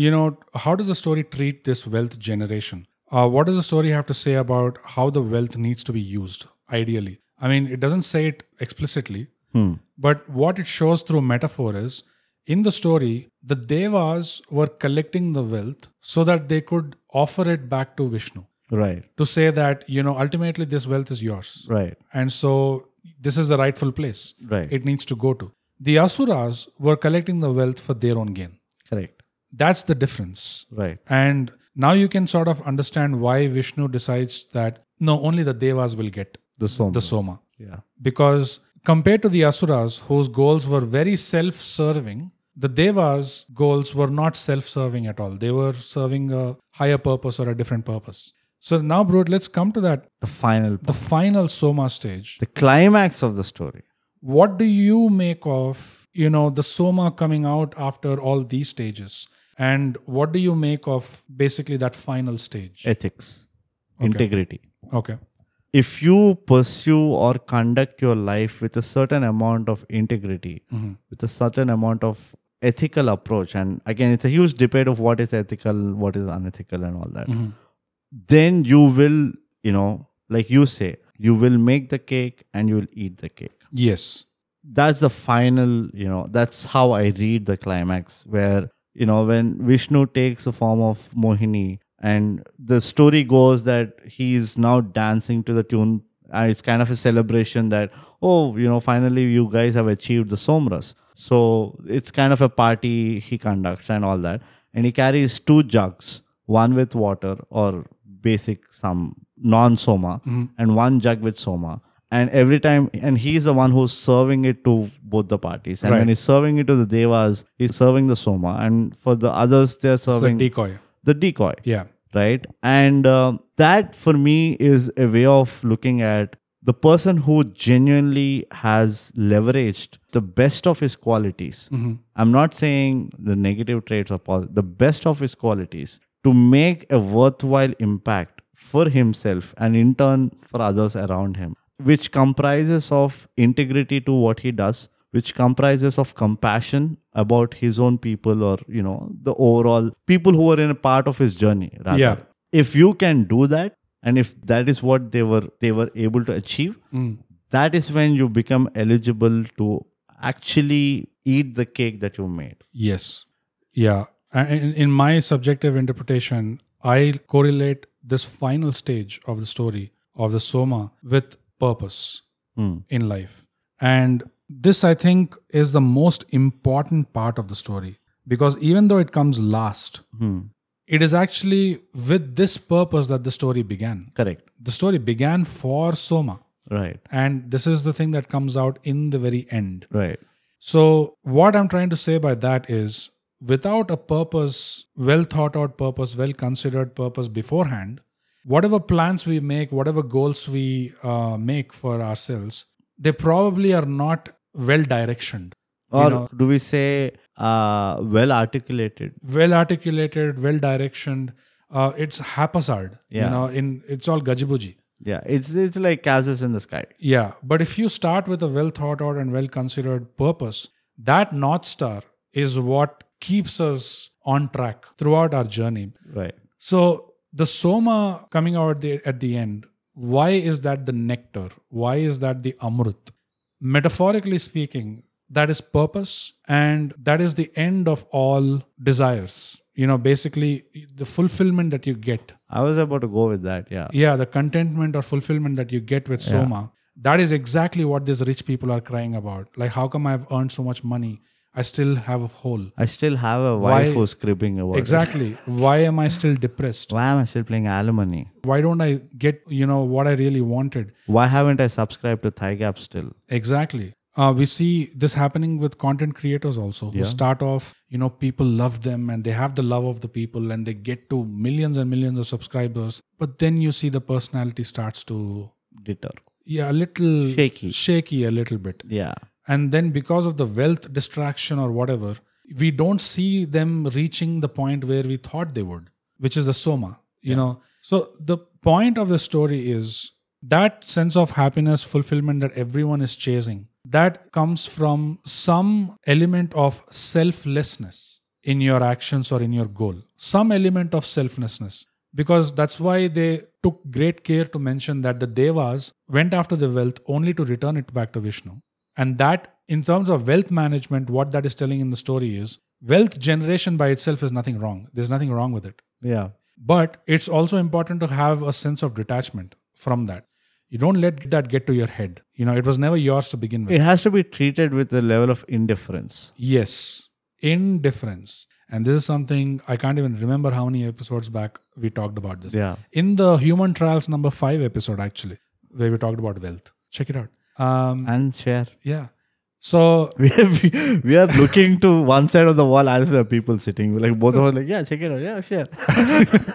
Speaker 2: you know, how does the story treat this wealth generation? Uh, what does the story have to say about how the wealth needs to be used, ideally? I mean, it doesn't say it explicitly,
Speaker 1: Hmm.
Speaker 2: but what it shows through metaphor is in the story, the devas were collecting the wealth so that they could offer it back to Vishnu
Speaker 1: right
Speaker 2: to say that, you know, ultimately this wealth is yours.
Speaker 1: Right.
Speaker 2: And so this is the rightful place
Speaker 1: Right.
Speaker 2: it needs to go to. The Asuras were collecting the wealth for their own gain.
Speaker 1: Correct.
Speaker 2: That's the difference.
Speaker 1: Right.
Speaker 2: And now you can sort of understand why Vishnu decides that no, only the Devas will get
Speaker 1: The song.
Speaker 2: the Soma.
Speaker 1: yeah.
Speaker 2: Because compared to the Asuras, whose goals were very self serving, the Devas' goals were not self serving at all. They were serving a higher purpose or a different purpose. So now, Brood, let's come to that,
Speaker 1: The final,
Speaker 2: the final Soma stage.
Speaker 1: the climax of the story.
Speaker 2: what do you make of you know the soma coming out after all these stages and what do you make of basically that final stage
Speaker 1: Ethics, integrity.
Speaker 2: okay
Speaker 1: If you pursue or conduct your life with a certain amount of integrity, with a certain amount of ethical approach, and again, it's a huge debate of what is ethical, what is unethical, and all that, then you will, you know, like you say, you will make the cake and you will eat the cake.
Speaker 2: yes
Speaker 1: that's the final you know that's how i read the climax where you know when vishnu takes the form of mohini and the story goes that he is now dancing to the tune uh, it's kind of a celebration that oh you know finally you guys have achieved the somras so it's kind of a party he conducts and all that and he carries two jugs one with water or basic some non soma and one jug with soma and every time and he's the one who's serving it to both the parties and when
Speaker 2: Right.
Speaker 1: he's serving it to the devas he's serving the soma and for the others they're
Speaker 2: it's a
Speaker 1: serving
Speaker 2: decoy
Speaker 1: the decoy
Speaker 2: yeah
Speaker 1: right and um that for me is a way of looking at the person who genuinely has leveraged the best of his qualities i'm not saying the negative traits are positive the best of his qualities to make a worthwhile impact for himself and in turn for others around him which comprises of integrity to what he does which comprises of compassion about his own people or you know the overall people who are in a part of his journey rather
Speaker 2: Yeah.
Speaker 1: if you can do that and if that is what they were they were able to achieve
Speaker 2: Hmm.
Speaker 1: that is when you become eligible to actually eat the cake that you made
Speaker 2: yes yeah And in, in my subjective interpretation i correlate this final stage of the story of the soma with purpose
Speaker 1: Hmm.
Speaker 2: in life. And this, I think, is the most important part of the story because even though it comes last,
Speaker 1: Hmm.
Speaker 2: it is actually with this purpose that the story began.
Speaker 1: correct
Speaker 2: The story began for Soma,
Speaker 1: right
Speaker 2: and this is the thing that comes out in the very end.
Speaker 1: right
Speaker 2: So, what I'm trying to say by that is without a purpose, well thought out purpose, well considered purpose beforehand, whatever plans we make, whatever goals we uh, make for ourselves, they probably are not well directioned.
Speaker 1: or
Speaker 2: know-
Speaker 1: do we say uh, well articulated?
Speaker 2: well articulated, well directioned. Uh, it's haphazard.
Speaker 1: Yeah.
Speaker 2: You know, in it's all gajibuji.
Speaker 1: Yeah, it's it's like castles in the sky.
Speaker 2: Yeah. But if you start with a well thought out and well considered purpose, that North Star is what keeps us on track throughout our journey.
Speaker 1: Right.
Speaker 2: So the soma coming out at the, at the end, why is that the nectar? Why is that the amrut? Metaphorically speaking, that is purpose and that is the end of all desires. You know, basically the fulfillment that you get.
Speaker 1: I was about to go with that. Yeah.
Speaker 2: Yeah, the contentment or fulfillment that you get with soma. That is exactly what these rich people are crying about. Like, how come I've earned so much money? I still have a hole.
Speaker 1: I still have a wife
Speaker 2: Why-
Speaker 1: who's cribbing about it.
Speaker 2: Exactly. Why am I still depressed?
Speaker 1: Why am I still playing alimony?
Speaker 2: why don't i get you know what i really wanted
Speaker 1: Why haven't I subscribed to Thigh Gap still?
Speaker 2: exactly uh, we see this happening with content creators also who start off you know people love them and they have the love of the people and they get to millions and millions of subscribers but then you see the personality starts to
Speaker 1: Deter.
Speaker 2: yeah a little
Speaker 1: Shaky.
Speaker 2: shaky a little bit
Speaker 1: Yeah.
Speaker 2: and then because of the wealth distraction or whatever we don't see them reaching the point where we thought they would which is the soma you know so the point of the story is that sense of happiness fulfillment that everyone is chasing that comes from some element of selflessness in your actions or in your goal some element of selflessness because that's why they took great care to mention that the devas went after the wealth only to return it back to vishnu and that, in terms of wealth management, what that is telling in the story is wealth generation by itself is nothing wrong. There's nothing wrong with it.
Speaker 1: Yeah.
Speaker 2: But it's also important to have a sense of detachment from that. You don't let that get to your head. You know, it was never yours to begin with.
Speaker 1: It has to be treated with a level of indifference.
Speaker 2: Yes, indifference. And this is something I can't even remember how many episodes back we talked about this.
Speaker 1: Yeah.
Speaker 2: In the Human Trials number five episode, actually, where we talked about wealth. Check it out. Um,
Speaker 1: And share.
Speaker 2: yeah. So
Speaker 1: We are, we are looking to one side of the wall as the people sitting. Like both of us, like yeah, check it out. Yeah, sure.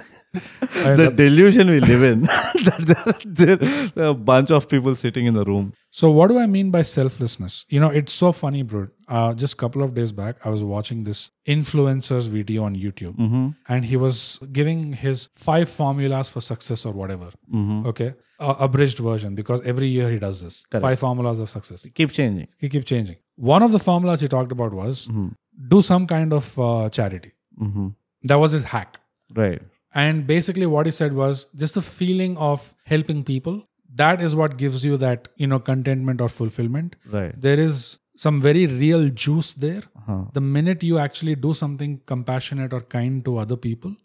Speaker 1: the delusion we live in that there, there, there are a bunch of people sitting in the room.
Speaker 2: So what do I mean by selflessness? You know, it's so funny, bro. Uh, just a couple of days back, I was watching this influencer's video on YouTube, and he was giving his five formulas for success or whatever. Okay, uh, abridged version because every year he does this. Five formulas of success.
Speaker 1: Keep changing.
Speaker 2: He keep changing. One of the formulas he talked about was do some kind of uh, charity. That was his hack.
Speaker 1: Mm-hmm. Right.
Speaker 2: And basically, what he said was just the feeling of helping people. That is what gives you that, you know, contentment or fulfillment.
Speaker 1: Right.
Speaker 2: There is some very real juice there.
Speaker 1: Uh-huh.
Speaker 2: The minute you actually do something compassionate or kind to other people,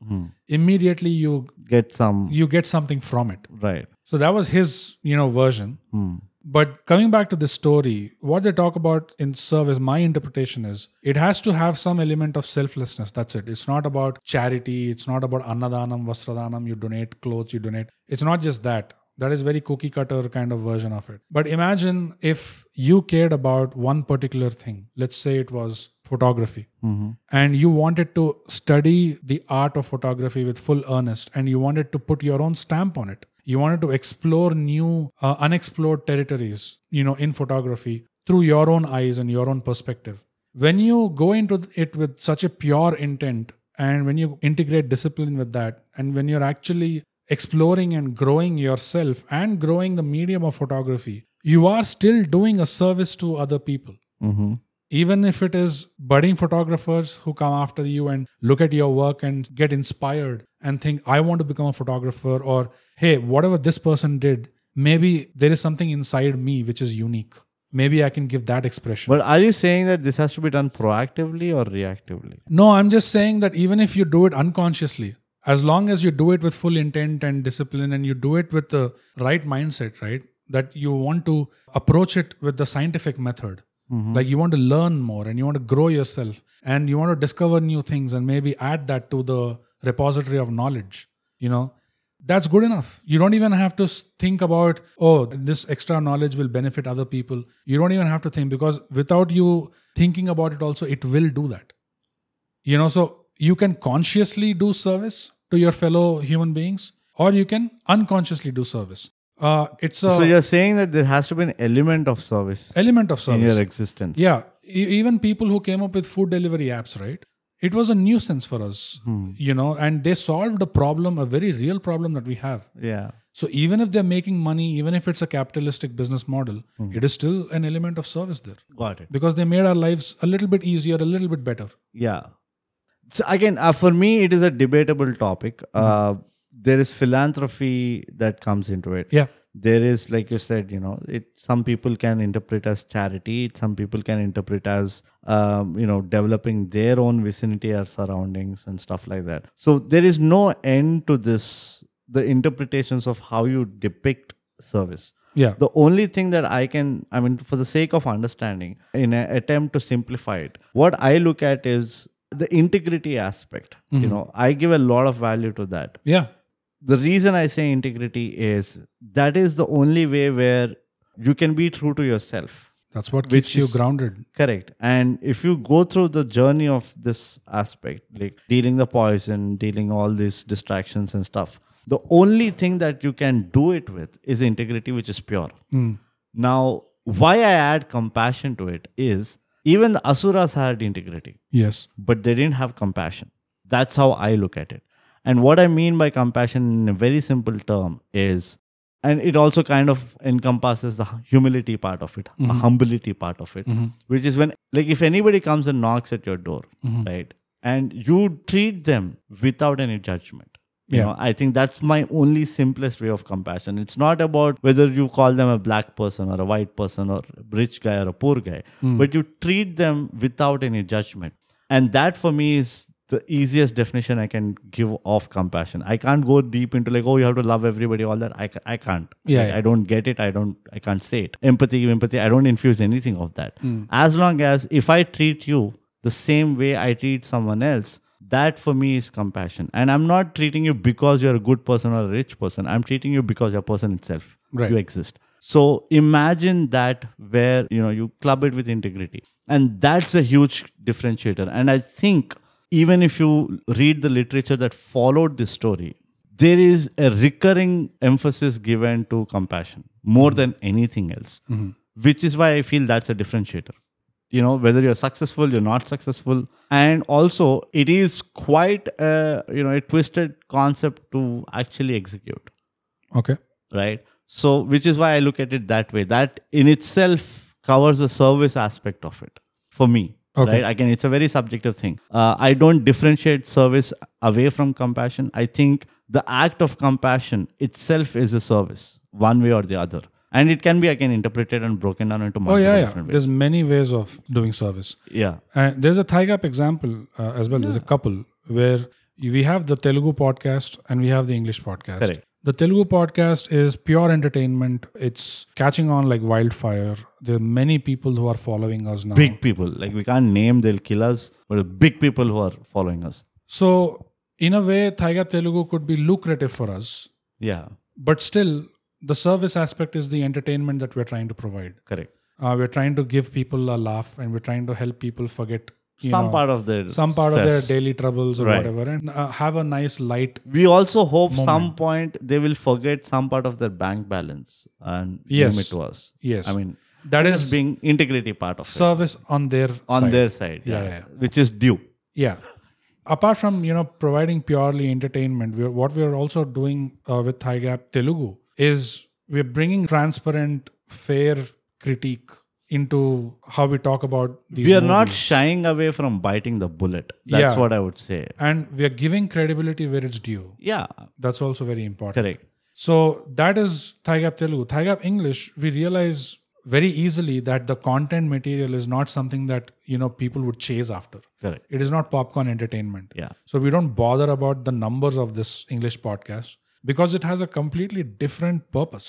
Speaker 2: immediately you
Speaker 1: Get some.
Speaker 2: you get something from it.
Speaker 1: Right.
Speaker 2: So that was his, you know, version.
Speaker 1: Hmm.
Speaker 2: But coming back to this story, what they talk about in service, my interpretation is it has to have some element of selflessness. That's it. It's not about charity. It's not about annadanam, vastradanam. You donate clothes, you donate. It's not just that. That is very cookie cutter kind of version of it. But imagine if you cared about one particular thing. Let's say it was photography Mm-hmm. and you wanted to study the art of photography with full earnest and you wanted to put your own stamp on it you wanted to explore new uh, unexplored territories you know in photography through your own eyes and your own perspective when you go into th- it with such a pure intent and when you integrate discipline with that and when you're actually exploring and growing yourself and growing the medium of photography you are still doing a service to other people
Speaker 1: Mm-hmm.
Speaker 2: even if it is budding photographers who come after you and look at your work and get inspired and think i want to become a photographer or hey whatever this person did maybe there is something inside me which is unique maybe i can give that expression
Speaker 1: But are you saying that this has to be done proactively or reactively?
Speaker 2: no i'm just saying that even if you do it unconsciously as long as you do it with full intent and discipline and you do it with the right mindset right that you want to approach it with the scientific method Like you want to learn more and you want to grow yourself and you want to discover new things and maybe add that to the repository of knowledge. You know, that's good enough. You don't even have to s- think about, oh, this extra knowledge will benefit other people. You don't even have to think because without you thinking about it, also, it will do that. You know, so you can consciously do service to your fellow human beings or you can unconsciously do service. Uh, it's a
Speaker 1: so you're saying that there has to be an element of service
Speaker 2: element of
Speaker 1: in
Speaker 2: service.
Speaker 1: your existence.
Speaker 2: Yeah, e- even people who came up with food delivery apps, right? It was a nuisance for us,
Speaker 1: Hmm.
Speaker 2: you know, and they solved a problem, a very real problem that we have.
Speaker 1: Yeah.
Speaker 2: So even if they're making money, even if it's a capitalistic business model,
Speaker 1: Hmm.
Speaker 2: it is still an element of service there
Speaker 1: Got it.
Speaker 2: because they made our lives a little bit easier, a little bit better.
Speaker 1: Yeah. So again, uh, for me, it is a debatable topic. Uh, there is philanthropy that comes into it.
Speaker 2: Yeah.
Speaker 1: There is, like you said, you know, it. Some people can interpret as charity. Some people can interpret as, um, you know, developing their own vicinity or surroundings and stuff like that. So there is no end to this. The interpretations of how you depict service.
Speaker 2: Yeah.
Speaker 1: The only thing that I can, I mean, for the sake of understanding, in an attempt to simplify it, what I look at is the integrity aspect. You know, I give a lot of value to that.
Speaker 2: Yeah.
Speaker 1: The reason I say integrity is that is the only way where you can be true to yourself.
Speaker 2: That's what
Speaker 1: Which
Speaker 2: keeps you
Speaker 1: is-
Speaker 2: grounded.
Speaker 1: Correct. And if you go through the journey of this aspect, like dealing the poison, dealing all these distractions and stuff, the only thing that you can do it with is integrity, which is pure.
Speaker 2: Mm.
Speaker 1: Now, why I add compassion to it is even the Asuras had integrity,
Speaker 2: Yes.
Speaker 1: but they didn't have compassion. That's how I look at it. And what I mean by compassion in a very simple term is, and it also kind of encompasses the humility part of it, the humility part of it, which is when, like, if anybody comes and knocks at your door, right, and you treat them without any judgment. You
Speaker 2: Yeah.
Speaker 1: know, I think that's my only simplest way of compassion. It's not about whether you call them a black person or a white person or a rich guy or a poor guy,
Speaker 2: Hmm.
Speaker 1: but you treat them without any judgment. And that for me is the easiest definition I can give of compassion. I can't go deep into like, oh, you have to love everybody, all that. I, ca- I can't.
Speaker 2: Yeah,
Speaker 1: Like,
Speaker 2: yeah.
Speaker 1: I don't get it. I don't, I can't say it. Empathy, empathy, I don't infuse anything of that. As long as if I treat you the same way I treat someone else, that for me is compassion. And I'm not treating you because you're a good person or a rich person. I'm treating you because you're a person itself.
Speaker 2: Right.
Speaker 1: You exist. So imagine that where you know you club it with integrity. And that's a huge differentiator. And I think even if you read the literature that followed this story, there is a recurring emphasis given to compassion more than anything else. Which is why I feel that's a differentiator you know whether you're successful you're not successful and also it is quite a you know a twisted concept to actually execute
Speaker 2: Okay.
Speaker 1: right so which is why i look at it that way that in itself covers the service aspect of it for me
Speaker 2: Okay.
Speaker 1: right again it's a very subjective thing uh, i don't differentiate service away from compassion i think the act of compassion itself is a service one way or the other and it can be again interpreted and broken down into
Speaker 2: Oh
Speaker 1: multiple
Speaker 2: yeah, yeah.
Speaker 1: different ways
Speaker 2: There's many ways of doing service.
Speaker 1: yeah
Speaker 2: And there's a Thai Gap example uh, as well. There's a couple where you- we have the Telugu podcast and we have the English podcast.
Speaker 1: Correct.
Speaker 2: The Telugu podcast is pure entertainment. It's catching on like wildfire. There are many people who are following us now.
Speaker 1: big people like we can't name they'll kill us but big people who are following us
Speaker 2: So in a way, Thai Gap Telugu could be lucrative for us,
Speaker 1: yeah
Speaker 2: but still the service aspect is the entertainment that we're trying to provide.
Speaker 1: correct
Speaker 2: Uh, we're trying to give people a laugh and we're trying to help people forget you
Speaker 1: some
Speaker 2: know,
Speaker 1: part of their
Speaker 2: some part of their
Speaker 1: stress.
Speaker 2: daily troubles or
Speaker 1: Right.
Speaker 2: whatever and uh, have a nice light
Speaker 1: we also hope some point they will forget some part of their bank balance and
Speaker 2: Yes.
Speaker 1: name it to us
Speaker 2: Yes.
Speaker 1: i mean
Speaker 2: that
Speaker 1: that's
Speaker 2: is
Speaker 1: being integrity part of it
Speaker 2: service on their
Speaker 1: on
Speaker 2: side.
Speaker 1: their side
Speaker 2: Yeah, yeah, yeah.
Speaker 1: which is due
Speaker 2: yeah apart from you know providing purely entertainment we're, what we're also doing uh, with thai gap telugu is we're bringing transparent fair critique into how we talk about these
Speaker 1: we are not
Speaker 2: movies.
Speaker 1: shying away from biting the bullet that's
Speaker 2: Yeah.
Speaker 1: what i would say
Speaker 2: and we're giving credibility where it's due
Speaker 1: yeah
Speaker 2: that's also very important
Speaker 1: correct
Speaker 2: So that is Thai Gap Telugu. Thai Gap English, we realize very easily that the content material is not something that you know people would chase after.
Speaker 1: correct
Speaker 2: It is not popcorn entertainment.
Speaker 1: yeah
Speaker 2: So we don't bother about the numbers of this English podcast because it has a completely different purpose.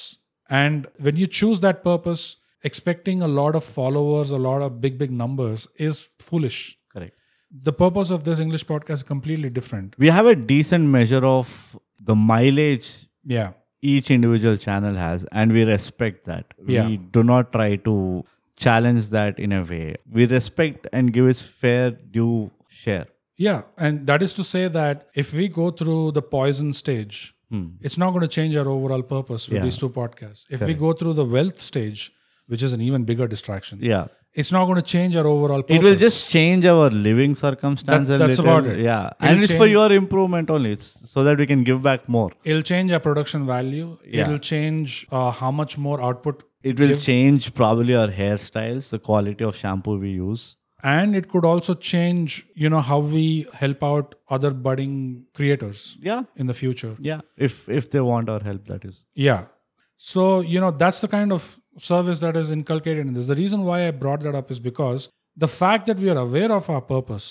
Speaker 2: And when you choose that purpose, expecting a lot of followers, a lot of big, big numbers is foolish.
Speaker 1: correct
Speaker 2: The purpose of this English podcast is completely different.
Speaker 1: we have a decent measure of the mileage
Speaker 2: Yeah.
Speaker 1: each individual channel has and we respect that
Speaker 2: Yeah.
Speaker 1: we do not try to challenge that in a way we respect and give its fair due share
Speaker 2: Yeah, and that is to say that if we go through the poison stage, it's not going to change our overall purpose with
Speaker 1: Hmm. Yeah.
Speaker 2: these two podcasts. If we go through the wealth stage, which is an even bigger distraction,
Speaker 1: yeah
Speaker 2: it's not going to change our overall purpose.
Speaker 1: It will just change our living circumstance
Speaker 2: That-
Speaker 1: a
Speaker 2: that's
Speaker 1: little.
Speaker 2: about it.
Speaker 1: Yeah.
Speaker 2: It'll
Speaker 1: and it's for
Speaker 2: change-
Speaker 1: your improvement only. It's so that we can give back more.
Speaker 2: it'll change our production value.
Speaker 1: Yeah.
Speaker 2: It'll change uh, how much more output,
Speaker 1: It will change probably our hairstyles, the quality of shampoo we use.
Speaker 2: and it could also change you know how we help out other budding creators
Speaker 1: Yeah.
Speaker 2: in the future.
Speaker 1: Yeah. If if they want our help, that is.
Speaker 2: Yeah. So, you know, that's the kind of service that is inculcated in this. The reason why I brought that up is because the fact that we are aware of our purpose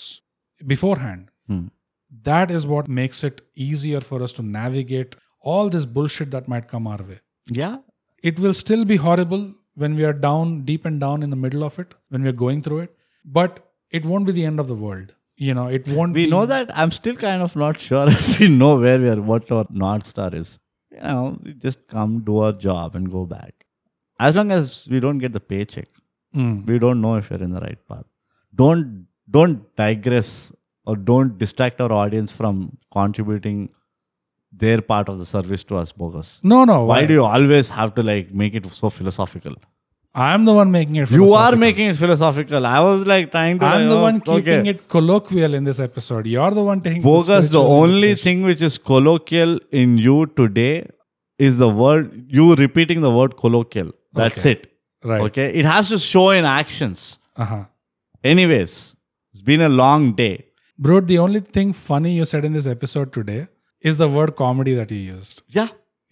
Speaker 2: beforehand,
Speaker 1: Hmm.
Speaker 2: that is what makes it easier for us to navigate all this bullshit that might come our way.
Speaker 1: Yeah.
Speaker 2: It will still be horrible when we are down, deep and down in the middle of it, when we're going through it, but it won't be the end of the world. You know, it won't
Speaker 1: We
Speaker 2: be.
Speaker 1: know that I'm still kind of not sure if we know where we are, what our North Star is. You know, we just come do our job and go back. As long as we don't get the paycheck,
Speaker 2: Mm,
Speaker 1: we don't know if we're in the right path. Don't don't digress or don't distract our audience from contributing their part of the service to us bogus.
Speaker 2: No, no.
Speaker 1: Why do you always have to like make it so philosophical?
Speaker 2: I'm the one making it.
Speaker 1: You are
Speaker 2: philosophical.
Speaker 1: making it philosophical. I was like trying to.
Speaker 2: I'm
Speaker 1: like,
Speaker 2: the
Speaker 1: oh,
Speaker 2: one keeping
Speaker 1: okay.
Speaker 2: it colloquial in this episode. You're the one taking
Speaker 1: bogus. The
Speaker 2: spiritual
Speaker 1: only
Speaker 2: interpretation.
Speaker 1: thing which is colloquial in you today is the word you repeating the word colloquial. That's
Speaker 2: Okay.
Speaker 1: it.
Speaker 2: right?
Speaker 1: Okay, it has to show in actions.
Speaker 2: Uh-huh.
Speaker 1: Anyways, it's been a long day.
Speaker 2: Bro, the only thing funny you said in this episode today is the word comedy that you used.
Speaker 1: Yeah.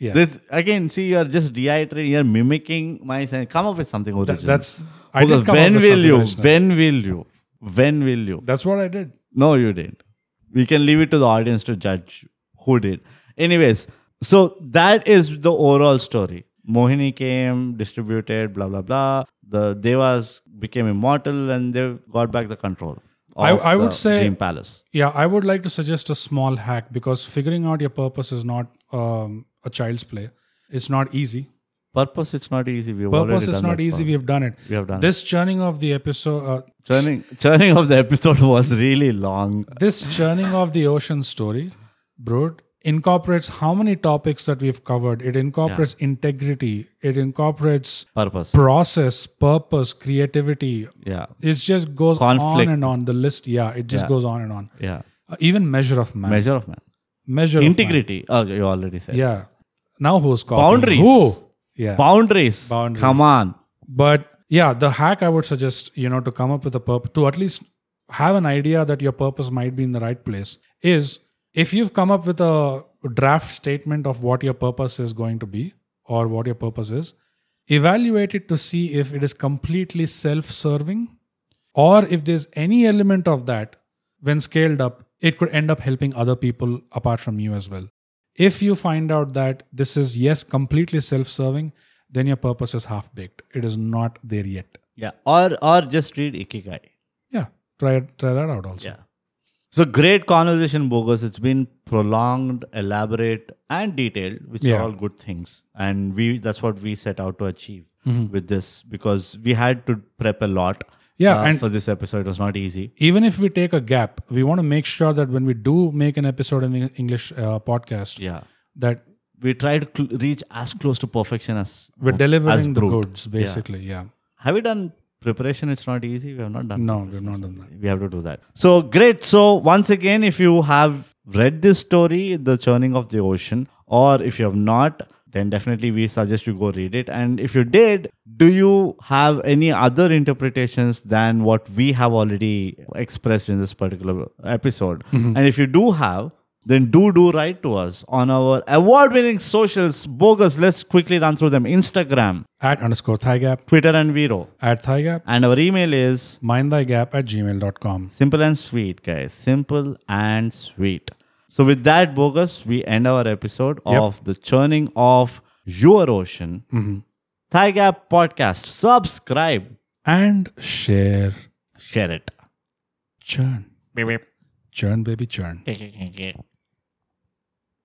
Speaker 2: Yeah.
Speaker 1: This, again, see, you are just reiterating, you are mimicking my sentence. Come up with something original.
Speaker 2: That- that's I
Speaker 1: because
Speaker 2: did come up
Speaker 1: when
Speaker 2: with
Speaker 1: will
Speaker 2: something
Speaker 1: you?
Speaker 2: original.
Speaker 1: When will you? When will you?
Speaker 2: That's what I did.
Speaker 1: No, you didn't. We can leave it to the audience to judge who did. Anyways, so that is the overall story. Mohini came, distributed, blah blah blah. The Devas became immortal, and they got back the control. Of
Speaker 2: I- I would
Speaker 1: the
Speaker 2: say-
Speaker 1: Dream Palace.
Speaker 2: Yeah, I would like to suggest a small hack because figuring out your purpose is not um, a child's play. It's not easy.
Speaker 1: Purpose, it's not easy. We've already
Speaker 2: Purpose is
Speaker 1: done
Speaker 2: not
Speaker 1: that
Speaker 2: easy.
Speaker 1: part.
Speaker 2: We have done it.
Speaker 1: We have done
Speaker 2: This churning of the episode, uh,
Speaker 1: Churning, churning of the episode was really long.
Speaker 2: this churning of the ocean story, bro, incorporates how many topics that we've covered. It incorporates integrity. It incorporates
Speaker 1: Purpose.
Speaker 2: process, purpose, creativity.
Speaker 1: yeah.
Speaker 2: It just goes
Speaker 1: Conflict.
Speaker 2: on and on. The list, yeah, it just
Speaker 1: Yeah.
Speaker 2: goes on and on.
Speaker 1: Yeah.
Speaker 2: Uh, even measure of man,
Speaker 1: Measure of man.
Speaker 2: measure
Speaker 1: Integrity. Oh, you already said.
Speaker 2: Of man. Yeah. Now who's called
Speaker 1: Boundaries.
Speaker 2: Who? Yeah.
Speaker 1: Boundaries.
Speaker 2: Boundaries.
Speaker 1: Come on.
Speaker 2: But yeah, the hack I would suggest, you know, to come up with a purpose, to at least have an idea that your purpose might be in the right place, is if you've come up with a draft statement of what your purpose is going to be or what your purpose is, evaluate it to see if it is completely self serving or if there's any element of that when scaled up, it could end up helping other people apart from you as well. If you find out that this is, yes, completely self serving, then your purpose is half baked. It is not there yet.
Speaker 1: Yeah. Or or just read Ikigai.
Speaker 2: Yeah. Try try that out also.
Speaker 1: Yeah. So great conversation, bogus. It's been prolonged, elaborate, and detailed, which
Speaker 2: Yeah.
Speaker 1: are all good things. And we that's what we set out to achieve
Speaker 2: Mm-hmm.
Speaker 1: with this because we had to prep a lot.
Speaker 2: Yeah,
Speaker 1: uh,
Speaker 2: and-
Speaker 1: for this episode, it was not easy.
Speaker 2: Even if we take a gap, we want to make sure that when we do make an episode in the English uh, podcast,
Speaker 1: Yeah.
Speaker 2: that
Speaker 1: We tried to cl- reach as close to perfection as
Speaker 2: we're delivering the
Speaker 1: brute.
Speaker 2: goods, basically. Yeah.
Speaker 1: Have we done preparation? It's not easy. We have not done.
Speaker 2: No, we've not done that.
Speaker 1: We have to do that. So great. So once again, if you have read this story, The Churning of the Ocean, or if you have not, then definitely we suggest you go read it. And if you did, do you have any other interpretations than what we have already expressed in this particular episode? And if you do have, then do do write to us on our award-winning socials. Bogus. Let's quickly run through them: Instagram,
Speaker 2: At underscore thigh gap,
Speaker 1: Twitter, and Vero.
Speaker 2: at thigh gap,
Speaker 1: And our email is
Speaker 2: mind thy gap at gmail.com.
Speaker 1: simple and sweet, guys. Simple and sweet. So, with that, bogus, we end our episode of the churning of your ocean. Thigh Gap Podcast. Subscribe,
Speaker 2: And share,
Speaker 1: share it.
Speaker 2: churn, churn, baby, churn.
Speaker 3: Okay.